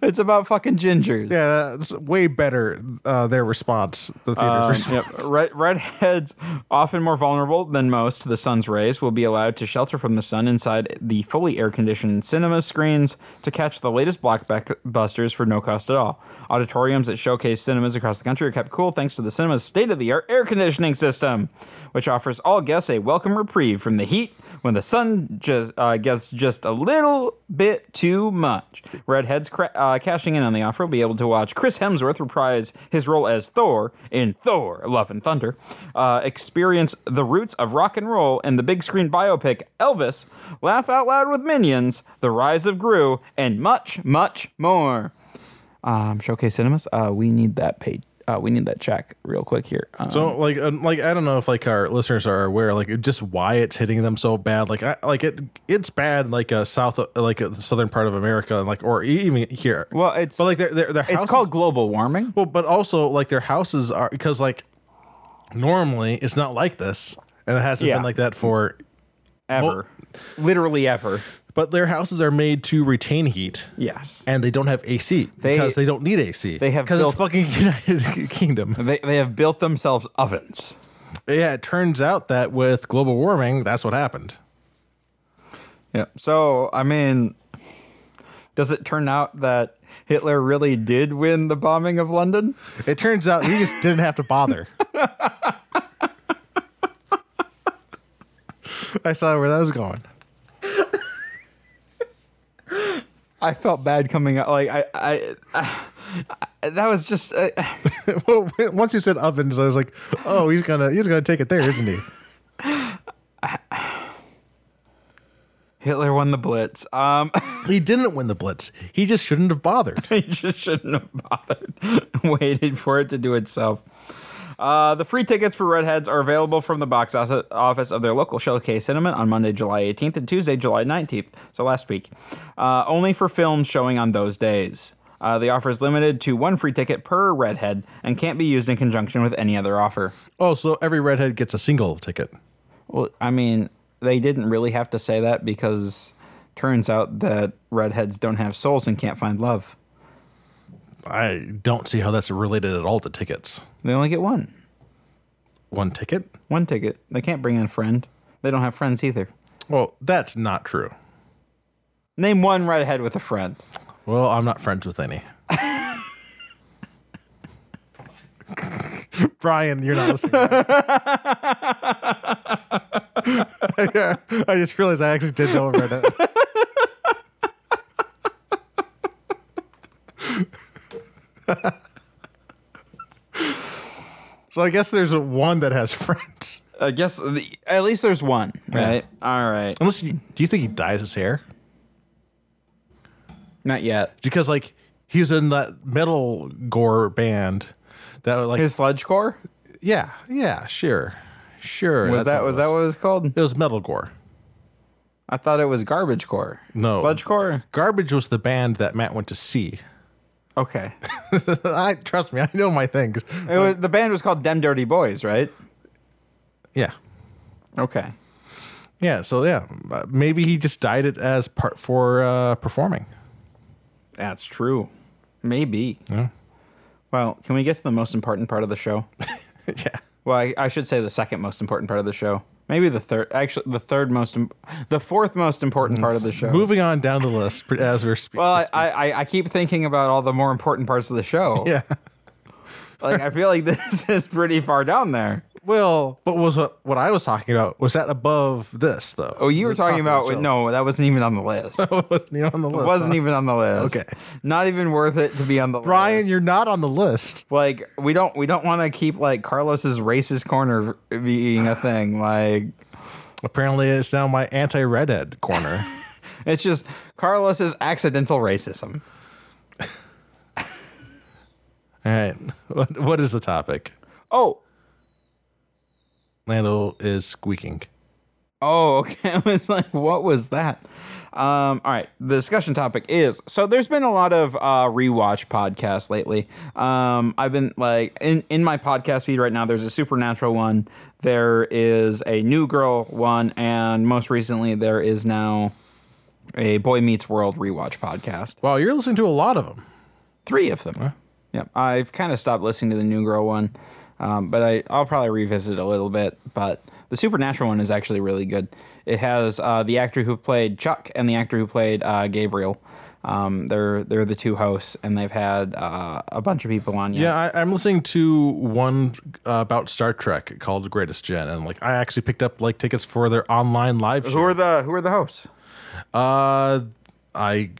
Speaker 2: It's about fucking gingers.
Speaker 3: Yeah, that's way better. Uh, their response, the theater's response.
Speaker 2: Yep. Red, redheads, often more vulnerable than most to the sun's rays, will be allowed to shelter from the sun inside the fully air conditioned cinema screens to catch the latest blockbusters for no cost at all. Auditoriums that showcase cinemas across the country are kept cool thanks to the cinema's state of the art air conditioning system, which offers all guests a welcome reprieve from the heat when the sun just uh, gets just a little bit too much. Redheads cra- uh, cashing in on the offer will be able to watch Chris Hemsworth reprise his role as Thor in Thor: Love and Thunder, uh, experience the roots of rock and roll and the big screen biopic Elvis, laugh out loud with Minions, The Rise of Gru, and much, much more. Um, Showcase Cinemas, uh, we need that page. Uh, we need that check real quick here. Um,
Speaker 3: So like um, like I don't know if like our listeners are aware like just why it's hitting them so bad like I, like it it's bad like uh, south like uh, the southern part of America and like or e- even here
Speaker 2: well, it's
Speaker 3: but like their their, their
Speaker 2: it's
Speaker 3: houses-
Speaker 2: called global warming.
Speaker 3: well but also like their houses are because like normally it's not like this and it hasn't
Speaker 2: Yeah.
Speaker 3: been like that for
Speaker 2: ever. Literally ever.
Speaker 3: but their houses are made to retain heat
Speaker 2: Yes.
Speaker 3: and they don't have AC because they don't need AC
Speaker 2: they have
Speaker 3: because it's
Speaker 2: built-
Speaker 3: fucking [LAUGHS] United Kingdom
Speaker 2: They, they have built themselves ovens.
Speaker 3: yeah it turns out that with global warming that's what happened.
Speaker 2: Yeah. So, I mean, does it turn out that Hitler really did win the bombing of London?
Speaker 3: It turns out he just didn't have to bother. [LAUGHS] I saw where that was going. [LAUGHS]
Speaker 2: I felt bad coming out. Like, I, I, I that was just, I,
Speaker 3: Well, once you said ovens, I was like, "Oh, he's gonna he's gonna take it there, isn't he?"
Speaker 2: Hitler won the Blitz. Um,
Speaker 3: He didn't win the blitz. He just shouldn't
Speaker 2: [LAUGHS]
Speaker 3: have bothered.
Speaker 2: he just shouldn't have bothered, waited for it to do itself. Uh, the free tickets for Redheads are available from the box os- office of their local Showcase Cinema on Monday, July 18th and Tuesday, July 19th, so last week, uh, only for films showing on those days. Uh, the offer is limited to one free ticket per Redhead and can't be used in conjunction with any other offer.
Speaker 3: [LAUGHS] Oh, so every redhead gets a single ticket.
Speaker 2: Well, I mean, they didn't really have to say that because turns out that Redheads don't have souls and can't find love.
Speaker 3: I don't see how that's related at all to tickets.
Speaker 2: They only get one.
Speaker 3: One ticket?
Speaker 2: One ticket. They can't bring in a friend. They don't have friends either.
Speaker 3: Well, that's not true.
Speaker 2: Name one redhead with a friend.
Speaker 3: Well, I'm not friends with any. [LAUGHS] Brian, you're not listening. [LAUGHS] I just realized I actually did know about it. [LAUGHS] so I guess there's one that has friends.
Speaker 2: I guess the, at least there's one, right? All right.
Speaker 3: Unless, do you think he dyes his hair?
Speaker 2: Not yet.
Speaker 3: Because like he was in that metal gore band that like
Speaker 2: His sludge core?
Speaker 3: Yeah, yeah, sure, sure.
Speaker 2: Was
Speaker 3: that's
Speaker 2: that
Speaker 3: what
Speaker 2: was that what it was called?
Speaker 3: It was metalcore.
Speaker 2: I thought it was garbage core.
Speaker 3: No.
Speaker 2: Sludge core?
Speaker 3: Garbage was the band that Matt went to see. [LAUGHS]
Speaker 2: [LAUGHS] Okay.
Speaker 3: I trust me, I know my things.
Speaker 2: It was, the band was called Dem Dirty Boys, right?
Speaker 3: Yeah,
Speaker 2: Okay.
Speaker 3: yeah. So yeah, uh, maybe he just dyed it as part for uh, performing.
Speaker 2: That's true. Maybe. Well, can we get to the most important part of the show?
Speaker 3: [LAUGHS] yeah.
Speaker 2: Well, I, I should say the second most important part of the show. Maybe the third, actually, the third most, im- the fourth most important part of the show.
Speaker 3: Moving on down the list pr- as we're speaking.
Speaker 2: Well, I, I, I keep thinking about all the more important parts of the show.
Speaker 3: [LAUGHS] yeah.
Speaker 2: [LAUGHS] Like, I feel like this is pretty far down there.
Speaker 3: Well, but was what, what I was talking about was that above this though?
Speaker 2: Oh, you were talking about
Speaker 3: no.
Speaker 2: no, that wasn't even on the list. It
Speaker 3: [LAUGHS] wasn't even on the list.
Speaker 2: wasn't
Speaker 3: huh?
Speaker 2: even on the list.
Speaker 3: Okay.
Speaker 2: Not even worth it to be on the
Speaker 3: Brian,
Speaker 2: list.
Speaker 3: you're not on the list.
Speaker 2: like we don't we don't want to keep like Carlos's racist corner being a thing. Like
Speaker 3: Apparently, it's now my
Speaker 2: [LAUGHS]
Speaker 3: anti-redhead corner.
Speaker 2: it's just Carlos's accidental racism.
Speaker 3: All right, what, what is the topic?
Speaker 2: Oh,
Speaker 3: Lando is squeaking.
Speaker 2: Oh, [LAUGHS] okay. I was like, what was that? Um, all right. The discussion topic is so there's been a lot of uh, rewatch podcasts lately. Um, I've been like in, in my podcast feed right now, there's a supernatural one, there is a new girl one, and most recently, there is now a Boy Meets World rewatch podcast
Speaker 3: Wow, you're listening to a lot of them.
Speaker 2: three of them. Yep. I've kind of stopped listening to the New Girl one, um, but I, I'll probably revisit it a little bit. But the Supernatural one is actually really good. It has uh, the actor who played Chuck and the actor who played uh, Gabriel. Um, they're they're the two hosts, and they've had uh, a bunch of people on. yet.
Speaker 3: Yeah, I, I'm listening to one uh, about Star Trek called Greatest Gen, and like I actually picked up like tickets for their online live show.
Speaker 2: Who are the Who are the hosts?
Speaker 3: Uh, I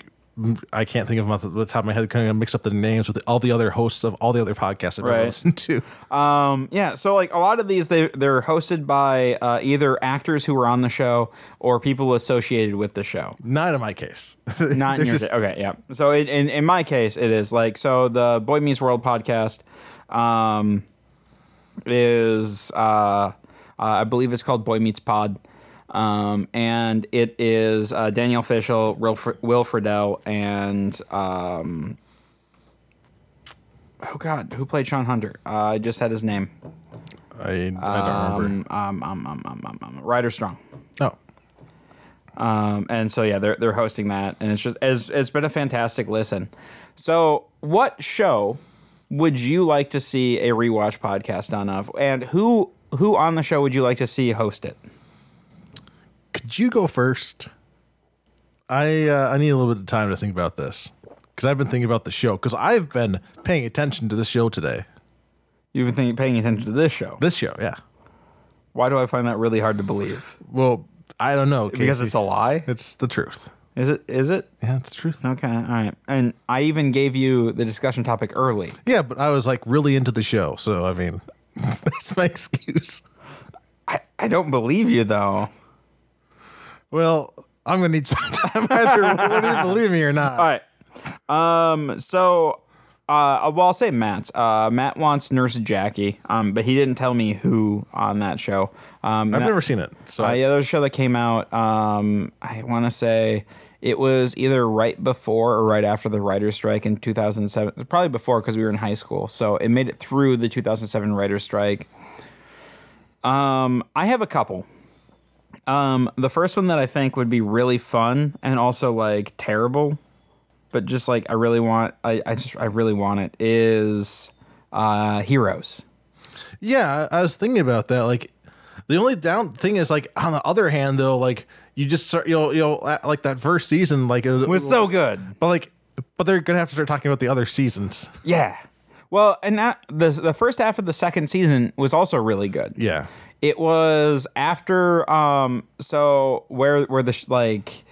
Speaker 3: I can't think of them off the top of my head. Kind of mix up the names with all the other hosts of all the other podcasts I've ever
Speaker 2: Right.
Speaker 3: listened to. [LAUGHS]
Speaker 2: Um, yeah, so like a lot of these, they they're hosted by uh, either actors who were on the show or people associated with the show.
Speaker 3: Not in my case. [LAUGHS]
Speaker 2: not in your
Speaker 3: just-
Speaker 2: okay yeah so it, in, in my case it is like so the boy meets world podcast um is uh, uh i believe it's called boy meets pod um and it is uh daniel fishel will, Fr- will friedle and um oh god who played sean hunter uh, i just had his name
Speaker 3: I, I don't remember.
Speaker 2: um um um um um, um, um ryder strong
Speaker 3: Oh,
Speaker 2: um, and so yeah, they're they're hosting that, and it's just it's, it's been a fantastic listen. So, what show would you like to see a rewatch podcast on of, and who who on the show would you like to see host it?
Speaker 3: could you go first? I uh, I need a little bit of time to think about this because I've been thinking about the show because I've been paying attention to the show today.
Speaker 2: You've been thinking, paying attention to this show.
Speaker 3: This show, yeah.
Speaker 2: Why do I find that really hard to believe?
Speaker 3: Well, I don't know
Speaker 2: Because
Speaker 3: Casey.
Speaker 2: it's a lie.
Speaker 3: It's the truth.
Speaker 2: Is it? Is it?
Speaker 3: Yeah, it's the truth.
Speaker 2: Okay, all right. And I even gave you the discussion topic early.
Speaker 3: Yeah, but I was like really into the show, so I mean, [LAUGHS] that's my excuse.
Speaker 2: I, I don't believe you though.
Speaker 3: Well, I'm gonna need some [LAUGHS] time either whether you believe me or not.
Speaker 2: All right. Um. So, uh, well, I'll say Matt's. Uh, Matt wants Nurse Jackie. Um, but he didn't tell me who on that show. Um,
Speaker 3: I've never seen it, so
Speaker 2: Uh, yeah, there was a show that came out. Um, I want to say it was either right before or right after the writer's strike in 2007. Probably before because we were in high school, so it made it through the 2007 writer's strike. Um, I have a couple. Um, the first one that I think would be really fun and also like terrible, but just like I really want, I, I just I really want it is uh, heroes.
Speaker 3: Yeah, I I was thinking about that. Like, the only down thing is like on the other hand though, like you just start you'll you'll uh, like that first season like it
Speaker 2: Was so good.
Speaker 3: but like but they're gonna have to start talking about the other seasons.
Speaker 2: Yeah. Well, and that, the the first half of the second season was also really good.
Speaker 3: Yeah,
Speaker 2: It was after um so where where the sh- like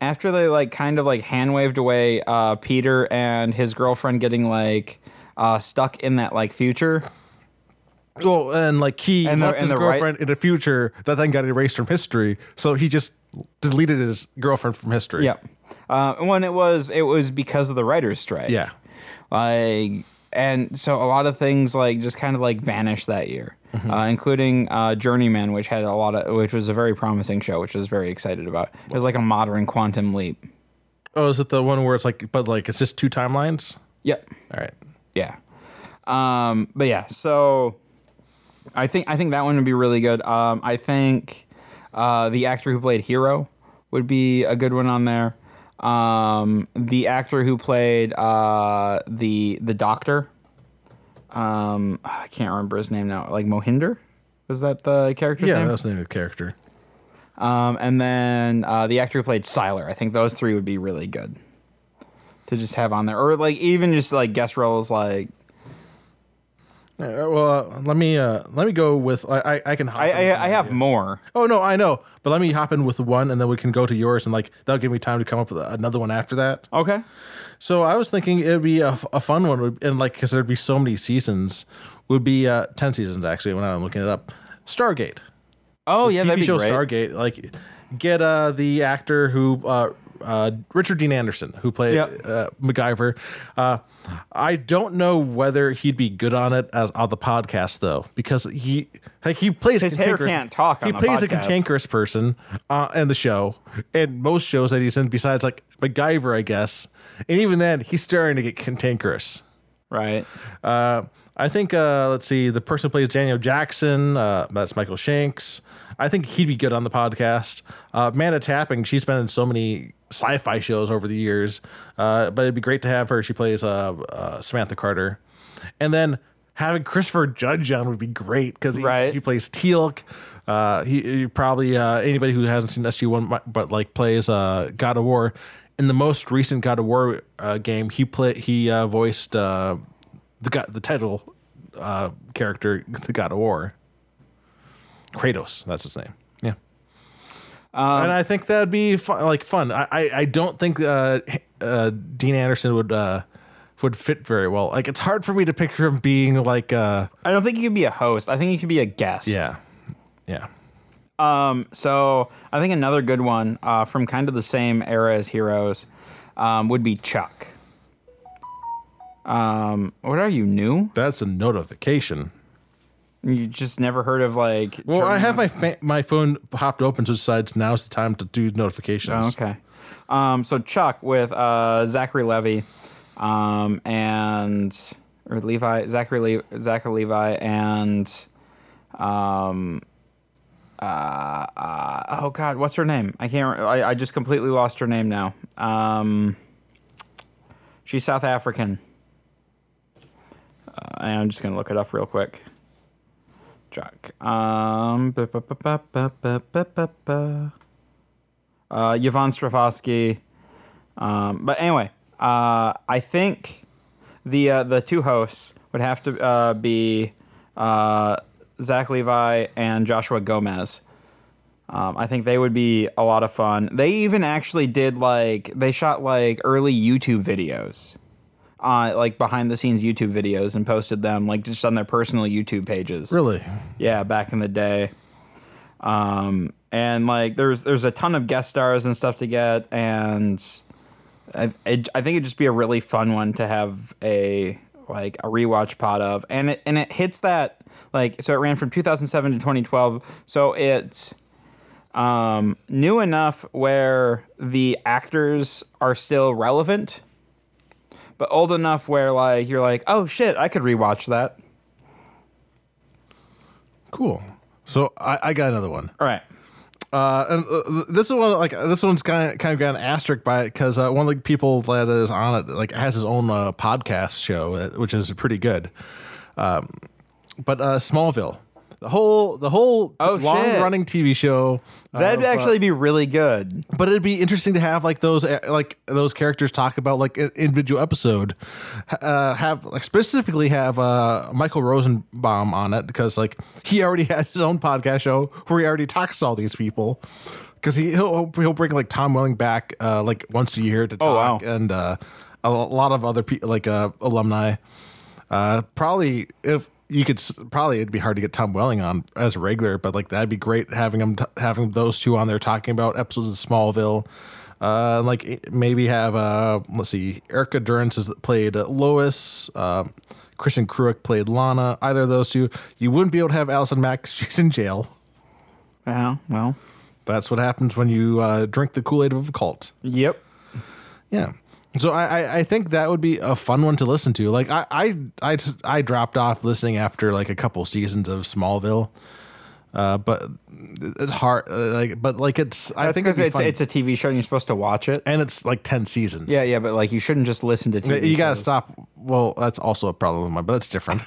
Speaker 2: after they like kind of like hand waved away uh Peter and his girlfriend getting like uh stuck in that like future.
Speaker 3: well, and like he
Speaker 2: And the-
Speaker 3: left
Speaker 2: and
Speaker 3: his
Speaker 2: the right-
Speaker 3: girlfriend in the future that then got erased from history, so he just deleted his girlfriend from history.
Speaker 2: Yep. Uh, when it was it was because of the writers strike.
Speaker 3: Yeah.
Speaker 2: like and so a lot of things like just kind of like vanished that year uh, including uh, journeyman which had a lot of which was a very promising show which I was very excited about it was like a modern quantum leap
Speaker 3: Oh, is it the one where it's like, but like it's just two timelines?
Speaker 2: yep
Speaker 3: All right.
Speaker 2: yeah um but yeah so i think i think that one would be really good um i think uh the actor who played hero would be a good one on there um the actor who played uh the the doctor um i can't remember his name now like mohinder was that the character's
Speaker 3: Yeah,
Speaker 2: name?
Speaker 3: that's the name of the character.
Speaker 2: Um, and then uh, the actor who played Siler. I think those three would be really good to just have on there, or like even just like guest roles, like
Speaker 3: Uh, well, uh, let me uh, let me go with I I, I can hop.
Speaker 2: I,
Speaker 3: in with
Speaker 2: I, I
Speaker 3: an
Speaker 2: have
Speaker 3: idea.
Speaker 2: more.
Speaker 3: Oh no, I know, but let me hop in with one, and then we can go to yours, and like that'll give me time to come up with another one after that.
Speaker 2: Okay.
Speaker 3: So I was thinking it'd be a, a fun one, would- and like because there'd be so many seasons, would be uh, ten seasons actually. When I'm looking it up, Stargate.
Speaker 2: Oh yeah,
Speaker 3: TV
Speaker 2: that'd be
Speaker 3: show
Speaker 2: great.
Speaker 3: Stargate. Like, get uh, the actor who uh, uh, Richard Dean Anderson, who played
Speaker 2: Yep.
Speaker 3: uh, MacGyver. Uh, I don't know whether he'd be good on it as on the podcast though, because he like he plays
Speaker 2: His
Speaker 3: a
Speaker 2: hair
Speaker 3: cantankerous-
Speaker 2: can't talk on
Speaker 3: He
Speaker 2: the
Speaker 3: plays a
Speaker 2: podcast.
Speaker 3: cantankerous person uh, in the show, and most shows that he's in, besides like MacGyver, I guess, and even then, he's starting to get cantankerous.
Speaker 2: Right.
Speaker 3: Uh, I think uh, let's see, the person who plays Daniel Jackson, uh, that's Michael Shanks. I think he'd be good on the podcast. Uh, Amanda Tapping, she's been in so many sci-fi shows over the years, uh, but it'd be great to have her. She plays uh, uh, Samantha Carter, and then having Christopher Judge on would be great because he,
Speaker 2: Right.
Speaker 3: he plays Teal'c. Uh, he, he probably uh, anybody who hasn't seen SG One, but like plays uh, God of War. In the most recent God of War uh, game, he play he uh, voiced uh, the God, the title uh, character, the God of War. Kratos, that's his name. Yeah. and I think that'd be fun, like fun. I, I, I don't think uh, uh, Dean Anderson would uh, would fit very well. Like it's hard for me to picture him being like uh,
Speaker 2: I don't think you could be a host. I think you could be a guest.
Speaker 3: yeah, yeah.
Speaker 2: Um, so I think another good one uh, from kind of the same era as Heroes um, would be Chuck. Um, what are you new?
Speaker 3: That's a notification.
Speaker 2: You just never heard of like?
Speaker 3: Well, I have my fa- my phone popped open to decides now's the time to do notifications.
Speaker 2: Oh, okay. Um, so Chuck with uh, Zachary Levy, um, and or Levi Zachary Le- Zachary Levi and um, uh, uh, oh God, what's her name? I can't. re- I, I just completely lost her name now. Um, she's South African. Uh, I'm just gonna look it up real quick. Chuck. Um. ba- ba- ba- ba- ba- ba- ba- ba- ba uh, Yvonne Stravosky. Um, but anyway, uh, I think the uh, the two hosts would have to uh, be uh, Zach Levi and Joshua Gomez. Um, I think they would be a lot of fun. They even actually did like they shot like early YouTube videos, uh, like behind the scenes YouTube videos, and posted them like just on their personal YouTube pages.
Speaker 3: Really?
Speaker 2: Yeah, back in the day. Um, and like there's there's a ton of guest stars and stuff to get, and I, it, I think it'd just be a really fun one to have a like a rewatch pot of, and it and it hits that like so it ran from 2007 to 2012, so it's um, new enough where the actors are still relevant, but old enough where like you're like oh shit I could rewatch that.
Speaker 3: Cool. So I, I got another one.
Speaker 2: All right.
Speaker 3: Uh, and uh, this is one like this one's kind of kind of got an asterisk by it because uh, one of the people that is on it like has his own uh, podcast show, uh, which is pretty good. Um, but uh, Smallville, the whole the whole
Speaker 2: Oh, shit.
Speaker 3: long running TV show
Speaker 2: That'd
Speaker 3: of, uh,
Speaker 2: actually be really good.
Speaker 3: but it'd be interesting to have like those uh, like those characters talk about like an individual episode uh have like specifically have uh michael rosenbaum on it because like he already [LAUGHS] has his own podcast show where he already talks to all these people because he he'll, he'll bring like tom welling back uh like once a year to talk
Speaker 2: wow.
Speaker 3: and uh a lot of other people like uh alumni uh, probably if you could s- probably it'd be hard to get Tom Welling on as a regular, but like that'd be great having him t- having those two on there talking about episodes of Smallville. Uh, and, like it- maybe have uh, let's see, Erica Durance has played uh, Lois. Uh, Kristen Kruick played Lana. Either of those two, you wouldn't be able to have Allison Mack. [LAUGHS] 'cause She's in jail.
Speaker 2: Yeah, well.
Speaker 3: That's what happens when you uh, drink the Kool Aid of a cult.
Speaker 2: Yep.
Speaker 3: Yeah. So I, I, I think that would be a fun one to listen to. Like I, I, I, just- I dropped off listening after like a couple seasons of Smallville, uh, but it's hard. Uh, like, but like it's I think
Speaker 2: because
Speaker 3: it'd be
Speaker 2: it's
Speaker 3: fun.
Speaker 2: it's a TV show and you're supposed to watch it.
Speaker 3: and it's like ten seasons.
Speaker 2: Yeah, yeah, but like you shouldn't just listen to TV.
Speaker 3: You gotta
Speaker 2: shows.
Speaker 3: stop. Well, that's also a problem of mine, but that's different.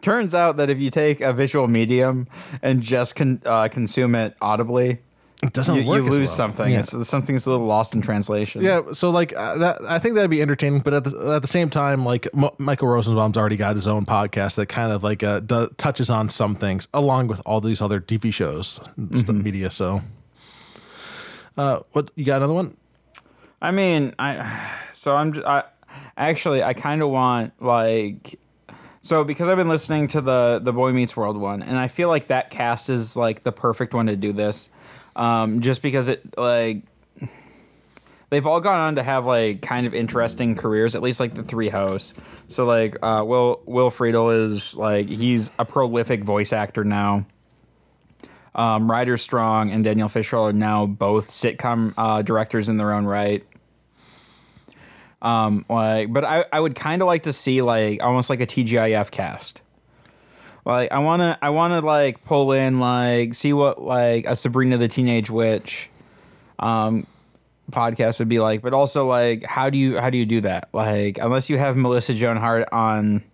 Speaker 3: [LAUGHS]
Speaker 2: Turns out that if you take a visual medium and just con- uh, consume it audibly,
Speaker 3: It doesn't
Speaker 2: You,
Speaker 3: work.
Speaker 2: you
Speaker 3: as
Speaker 2: lose
Speaker 3: well.
Speaker 2: something.
Speaker 3: Yeah.
Speaker 2: It's, something's a little lost in translation.
Speaker 3: Yeah, so like uh, that, I think that'd be entertaining. But at the, at the same time, like M- Michael Rosenbaum's already got his own podcast that kind of like uh, do- touches on some things, along with all these other TV shows, and st-
Speaker 2: Mm-hmm.
Speaker 3: media. So, uh, what you got another one?
Speaker 2: I mean, I [SIGHS] so I'm j- I actually I kind of want like so because I've been listening to the the Boy Meets World one, and I feel like that cast is like the perfect one to do this, um, just because it like they've all gone on to have like kind of interesting careers at least like the three hosts so like uh, will will friedel is like he's a prolific voice actor now um, ryder strong and daniel fisher are now both sitcom uh, directors in their own right um, like but i, I would kind of like to see like almost like a tgif cast like i want to i want to like pull in like see what like a sabrina the teenage witch um, podcast would be like but also like how do you how do you do that like unless you have melissa joan hart on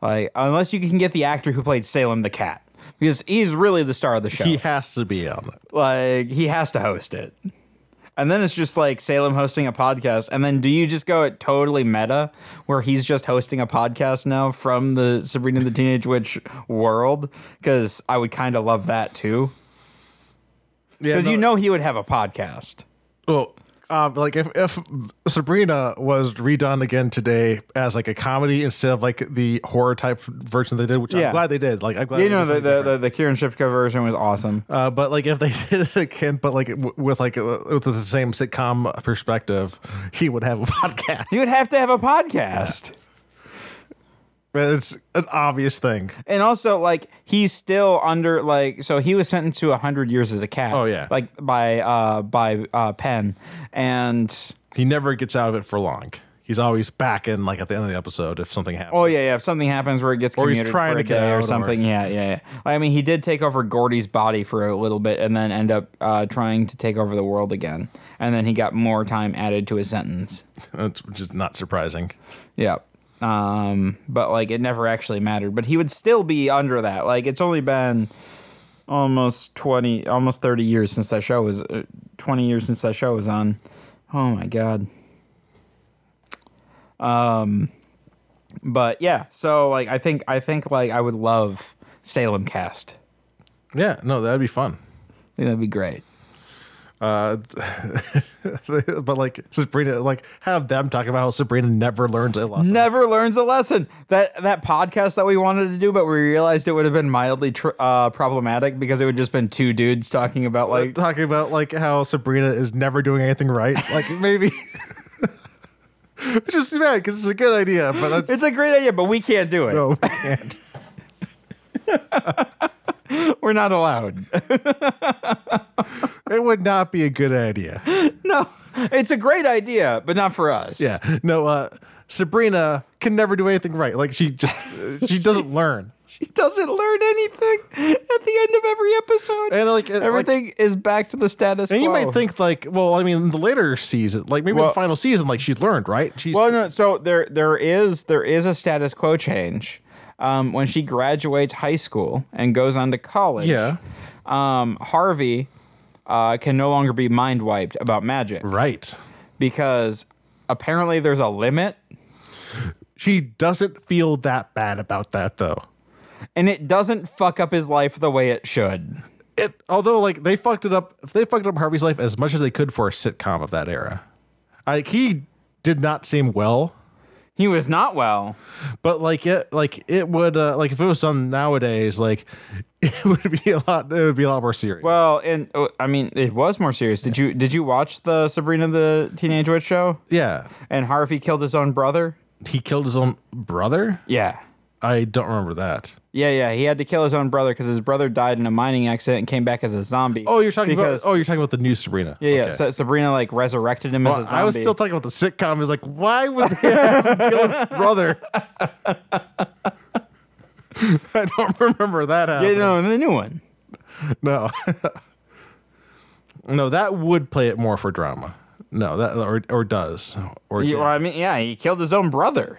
Speaker 2: like unless you can get the actor who played salem the cat because he's really the star of
Speaker 3: [LAUGHS]
Speaker 2: the show
Speaker 3: He has to be on it.
Speaker 2: like he has to host it and then it's just like salem hosting a podcast and then do you just go at totally meta where he's just hosting a podcast now from the sabrina the teenage witch world because i would kind of love that too because you know he would have a podcast
Speaker 3: Well, um, like if, if Sabrina was redone again today as like a comedy instead of like the horror type version they did, which
Speaker 2: Yeah.
Speaker 3: I'm glad they did. Like I'm glad
Speaker 2: you
Speaker 3: they
Speaker 2: know
Speaker 3: did
Speaker 2: the
Speaker 3: something
Speaker 2: the,
Speaker 3: different.
Speaker 2: the the Kieran Shipka version was awesome.
Speaker 3: Uh, but like if they [LAUGHS] did it again, but like w- with like uh, with the same sitcom perspective, he would have a [LAUGHS] podcast.
Speaker 2: you would have to have a podcast,
Speaker 3: But it's an obvious thing.
Speaker 2: and also like he's still under like so he was sentenced to hundred years as a cat.
Speaker 3: Oh, yeah.
Speaker 2: like by uh by uh Penn, and
Speaker 3: He never gets out of it for long. He's always back in like at the end of the episode if something happens.
Speaker 2: oh yeah yeah if something happens where it gets
Speaker 3: Or he's
Speaker 2: commuted
Speaker 3: trying
Speaker 2: for a
Speaker 3: to get
Speaker 2: day
Speaker 3: out
Speaker 2: or
Speaker 3: or-
Speaker 2: something yeah yeah yeah. I mean he did take over Gordy's body for a little bit and then end up uh, trying to take over the world again, and then he got more time added to his sentence.
Speaker 3: That's just not surprising.
Speaker 2: Yeah. Um, but like it never actually mattered. But he would still be under that. Like it's only been almost twenty, almost thirty years since that show was uh, twenty years since that show was on. Oh my god. Um, but yeah. So like I think I think like I would love Salem Cast.
Speaker 3: Yeah, no, that'd be fun. [LAUGHS]
Speaker 2: I think that'd be great.
Speaker 3: but like Sabrina, like have them talk about how Sabrina never learns a lesson.
Speaker 2: Never learns a lesson. That that podcast that we wanted to do, but we realized it would have been mildly tr- uh, problematic because it would just been two dudes talking about like
Speaker 3: talking about like how Sabrina is never doing anything right. Like maybe. [LAUGHS] Which is bad because it's a good idea, but that's,
Speaker 2: It's a great idea, but we can't do it.
Speaker 3: [LAUGHS] no, we can't.
Speaker 2: [LAUGHS] We're not
Speaker 3: [LAUGHS]
Speaker 2: allowed.
Speaker 3: It would not be a good idea.
Speaker 2: no, it's a great idea, but not for us.
Speaker 3: Yeah. No, uh, Sabrina can never do anything right. Like she just
Speaker 2: [LAUGHS]
Speaker 3: uh, she doesn't learn.
Speaker 2: She doesn't learn anything at the end of every episode.
Speaker 3: And, like, it-
Speaker 2: everything is back to the status
Speaker 3: And you
Speaker 2: quo.
Speaker 3: might think like, well, I mean, the later season, like maybe
Speaker 2: Well-
Speaker 3: the final season, like she's learned, right? She's
Speaker 2: Well, no. So there, there is there is a status quo change. Um, when she graduates high school and goes on to college,
Speaker 3: Yeah.
Speaker 2: um, Harvey uh, can no longer be mind wiped about magic
Speaker 3: right.
Speaker 2: because apparently there's a limit
Speaker 3: She doesn't feel that bad about that though.
Speaker 2: and it doesn't fuck up his life the way it should.
Speaker 3: It although like they fucked it up, they fucked up Harvey's life as much as they could for a sitcom of that era. Like he did not seem well
Speaker 2: He was not well.
Speaker 3: but like it like it would uh, like if it was done nowadays like [LAUGHS] it would be a lot it would be a lot more serious
Speaker 2: Well, and oh, I mean, it was more serious. Did you did you watch the Sabrina the Teenage Witch show?
Speaker 3: yeah
Speaker 2: And Harvey killed his own brother.
Speaker 3: he killed his own brother
Speaker 2: Yeah,
Speaker 3: i don't remember that
Speaker 2: yeah, yeah. He had to kill his own brother because his brother died in a mining accident and came back as a zombie.
Speaker 3: oh you're talking
Speaker 2: because,
Speaker 3: about oh you're talking about the new sabrina
Speaker 2: yeah, yeah.
Speaker 3: Okay.
Speaker 2: So Sabrina like resurrected him as a
Speaker 3: Well,
Speaker 2: zombie.
Speaker 3: i was still talking about the sitcom is like why would they have
Speaker 2: [LAUGHS]
Speaker 3: him kill his brother [LAUGHS] i don't remember that
Speaker 2: yeah,
Speaker 3: happening.
Speaker 2: no, the new one.
Speaker 3: no [LAUGHS] no that would play it more for drama no that or, or does or
Speaker 2: Yeah,
Speaker 3: did.
Speaker 2: well, I mean, yeah, he killed his own brother.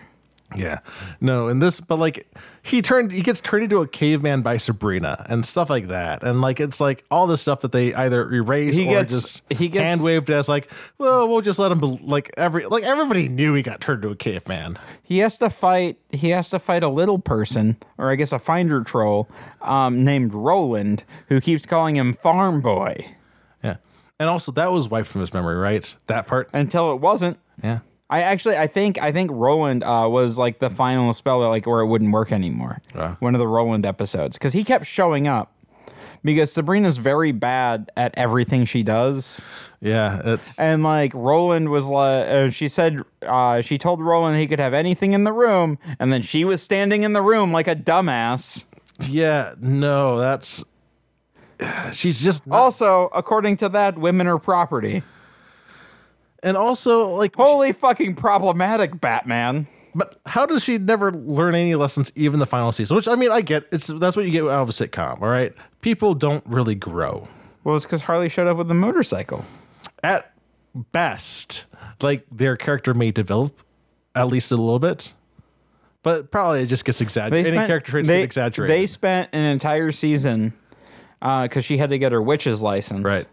Speaker 3: Yeah. No, and this but like he turned he gets turned into a caveman by Sabrina and stuff like that. And like it's like all the stuff that they either erase
Speaker 2: He
Speaker 3: or
Speaker 2: gets-
Speaker 3: just
Speaker 2: he gets-
Speaker 3: hand waved as like, well, we'll just let him be- like every like everybody knew he got turned into a caveman.
Speaker 2: He has to fight. He has to fight a little person, or I guess a finder troll, um, named Roland, who keeps calling him Farm Boy
Speaker 3: Yeah. And also that was wiped from his memory, right? That part.
Speaker 2: until it wasn't.
Speaker 3: Yeah.
Speaker 2: I actually, I think, I think Roland uh, was like the final spell, like where it wouldn't work anymore.
Speaker 3: Yeah.
Speaker 2: One of the Roland episodes, because he kept showing up. Because Sabrina's very bad at everything she does,
Speaker 3: Yeah. It's
Speaker 2: and like Roland was like, uh, she said, uh, she told Roland he could have anything in the room, and then she was standing in the room like a dumbass.
Speaker 3: yeah, no, that's [SIGHS] she's just
Speaker 2: Oh.
Speaker 3: not,
Speaker 2: Also, according to that, women are property.
Speaker 3: and also like
Speaker 2: Holy fucking problematic, Batman.
Speaker 3: But how does she never learn any lessons, even the final season? Which I mean, I get it's that's what you get out of a sitcom. All right, people don't really grow
Speaker 2: Well, it's because Harley showed up with a motorcycle.
Speaker 3: at best. Like their character may develop at least a little bit, but probably it just gets exaggerated. Any
Speaker 2: spent-
Speaker 3: character traits
Speaker 2: they-
Speaker 3: get exaggerated,
Speaker 2: They spent an entire season because she had to get her witch's license.
Speaker 3: [LAUGHS] right?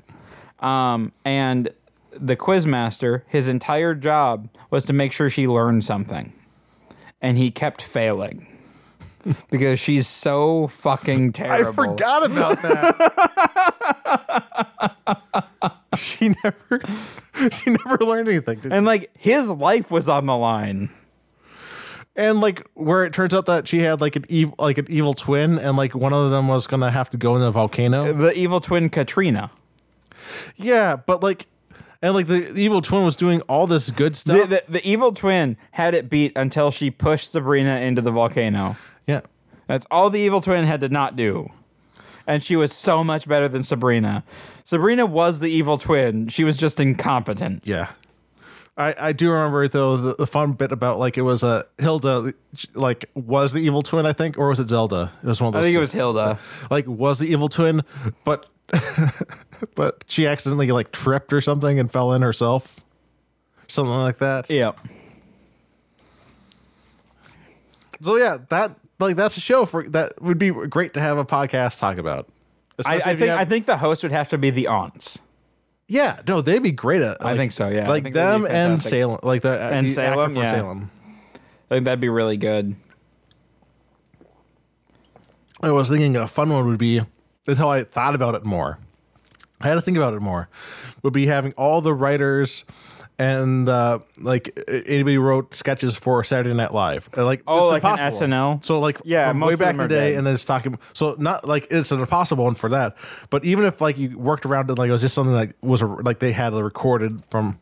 Speaker 2: Um, and the quizmaster, his entire job was to make sure she learned something, and he kept failing [LAUGHS] because she's so fucking terrible.
Speaker 3: [LAUGHS] I forgot about that.
Speaker 2: [LAUGHS]
Speaker 3: she never, [LAUGHS] she never learned anything. Did she?
Speaker 2: And like his life was on the line.
Speaker 3: and like where it turns out that she had like an evil like an evil twin and like one of them was gonna have to go in the volcano
Speaker 2: The evil twin Katrina.
Speaker 3: yeah but like and like the evil twin was doing all this good
Speaker 2: The,
Speaker 3: stuff
Speaker 2: the, the evil twin had it beat until she pushed Sabrina into the volcano.
Speaker 3: yeah
Speaker 2: That's all the evil twin had to not do. And she was so much better than Sabrina. Sabrina was the evil twin. She was just incompetent.
Speaker 3: yeah I, I do remember though the, the fun bit about like it was uh, Hilda like was the evil twin I think or was it Zelda it was one of
Speaker 2: I
Speaker 3: those
Speaker 2: think it
Speaker 3: two.
Speaker 2: was Hilda.
Speaker 3: like was the evil twin but [LAUGHS] but she accidentally like tripped or something and fell in herself something like that
Speaker 2: Yep.
Speaker 3: So yeah, that like that's a show for that would be great to have a podcast talk
Speaker 2: I,
Speaker 3: about.
Speaker 2: I
Speaker 3: Especially if
Speaker 2: think
Speaker 3: you have-
Speaker 2: I think the host would have to be the aunts.
Speaker 3: yeah, no, they'd be great at.
Speaker 2: I
Speaker 3: like-
Speaker 2: think so, yeah. I
Speaker 3: like
Speaker 2: think that'd be
Speaker 3: them and
Speaker 2: fantastic.
Speaker 3: Salem, like the
Speaker 2: And
Speaker 3: the actor
Speaker 2: Salem,
Speaker 3: from
Speaker 2: yeah.
Speaker 3: Salem.
Speaker 2: I think that'd be really good.
Speaker 3: I was thinking a fun one would be until I thought about it more. I had to think about it more. Would be having all the writers and uh, like a- anybody who wrote sketches for Saturday Night Live. Uh, Like
Speaker 2: Oh,
Speaker 3: it's
Speaker 2: like an
Speaker 3: impossible.
Speaker 2: SNL?
Speaker 3: So like
Speaker 2: Yeah,
Speaker 3: from
Speaker 2: most
Speaker 3: way
Speaker 2: of
Speaker 3: back in
Speaker 2: them
Speaker 3: the
Speaker 2: are
Speaker 3: day,
Speaker 2: dead.
Speaker 3: and then it's talking. So not like it's an impossible one for that. But even if like you worked around it, like it was just something like was a, like they had recorded from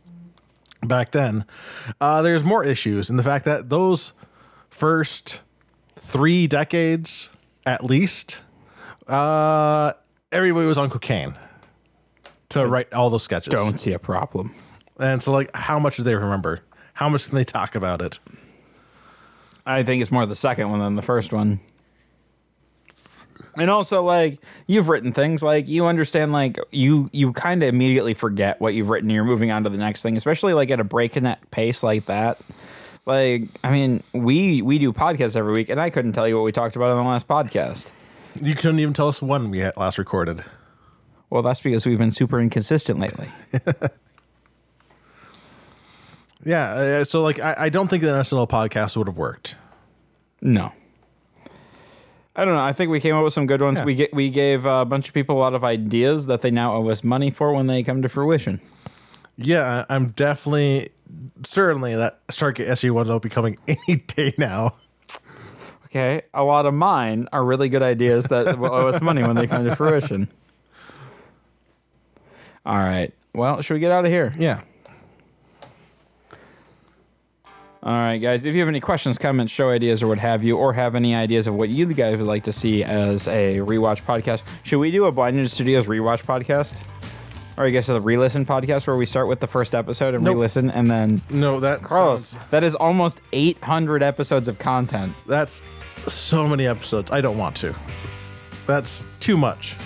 Speaker 3: back then. Uh, there's more issues in the fact that those first three decades at least, uh, everybody was on cocaine to write all those sketches.
Speaker 2: Don't see a problem.
Speaker 3: And so, like, how much do they remember? How much can they talk about it?
Speaker 2: I think it's more the second one than the first one. And also like you've written things like you understand like you you kind of immediately forget what you've written and you're moving on to the next thing, especially like at a breakneck pace like that. Like I mean, we we do podcasts every week and I couldn't tell you what we talked about on the last podcast.
Speaker 3: You couldn't even tell us when we had last recorded.
Speaker 2: Well, that's because we've been super inconsistent lately.
Speaker 3: Yeah. uh, So, like, I, I don't think the SNL podcast would have worked.
Speaker 2: No. I don't know. I think we came up with some good ones.
Speaker 3: Yeah.
Speaker 2: We get we gave uh, a bunch of people a lot of ideas that they now owe us money for when they come to fruition.
Speaker 3: Yeah. I- I'm definitely, certainly that Stargate E SU 1 will be coming [LAUGHS] any day now.
Speaker 2: Okay, a lot of mine are really good ideas
Speaker 3: [LAUGHS]
Speaker 2: that will owe us money when they come to fruition. All right. Well, should we get out of here?
Speaker 3: Yeah.
Speaker 2: All right, guys. If you have any questions, comments, show ideas, or what have you, or have any ideas of what you guys would like to see as a rewatch podcast, should we do a Blind Ninja Studios rewatch podcast? Or I guess a re-listen podcast where we start with the first episode and
Speaker 3: Nope.
Speaker 2: re-listen, and then
Speaker 3: No, that
Speaker 2: Carlos,
Speaker 3: sounds-
Speaker 2: that is almost 800 episodes of content.
Speaker 3: that's so many episodes. I don't want to. That's too much.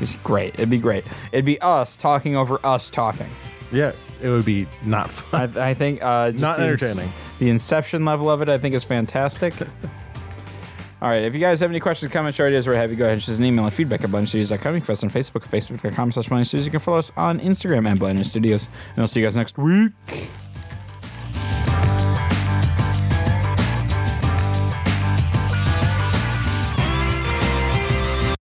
Speaker 2: It's great. It'd be great. It'd be us talking over us talking.
Speaker 3: Yeah. it would be not fun.
Speaker 2: I,
Speaker 3: [LAUGHS]
Speaker 2: I think uh, just
Speaker 3: Not
Speaker 2: the ins-
Speaker 3: entertaining.
Speaker 2: the inception level of it, I think, is
Speaker 3: [LAUGHS]
Speaker 2: fantastic. All right, if you guys have any questions, comments, or ideas, we're happy. Go ahead and shoot us an email at feedback at blindstudios.com. You can follow us on Facebook, facebook.com slash blindstudios. You can follow us on Instagram at blindstudios. And we'll see you guys next week.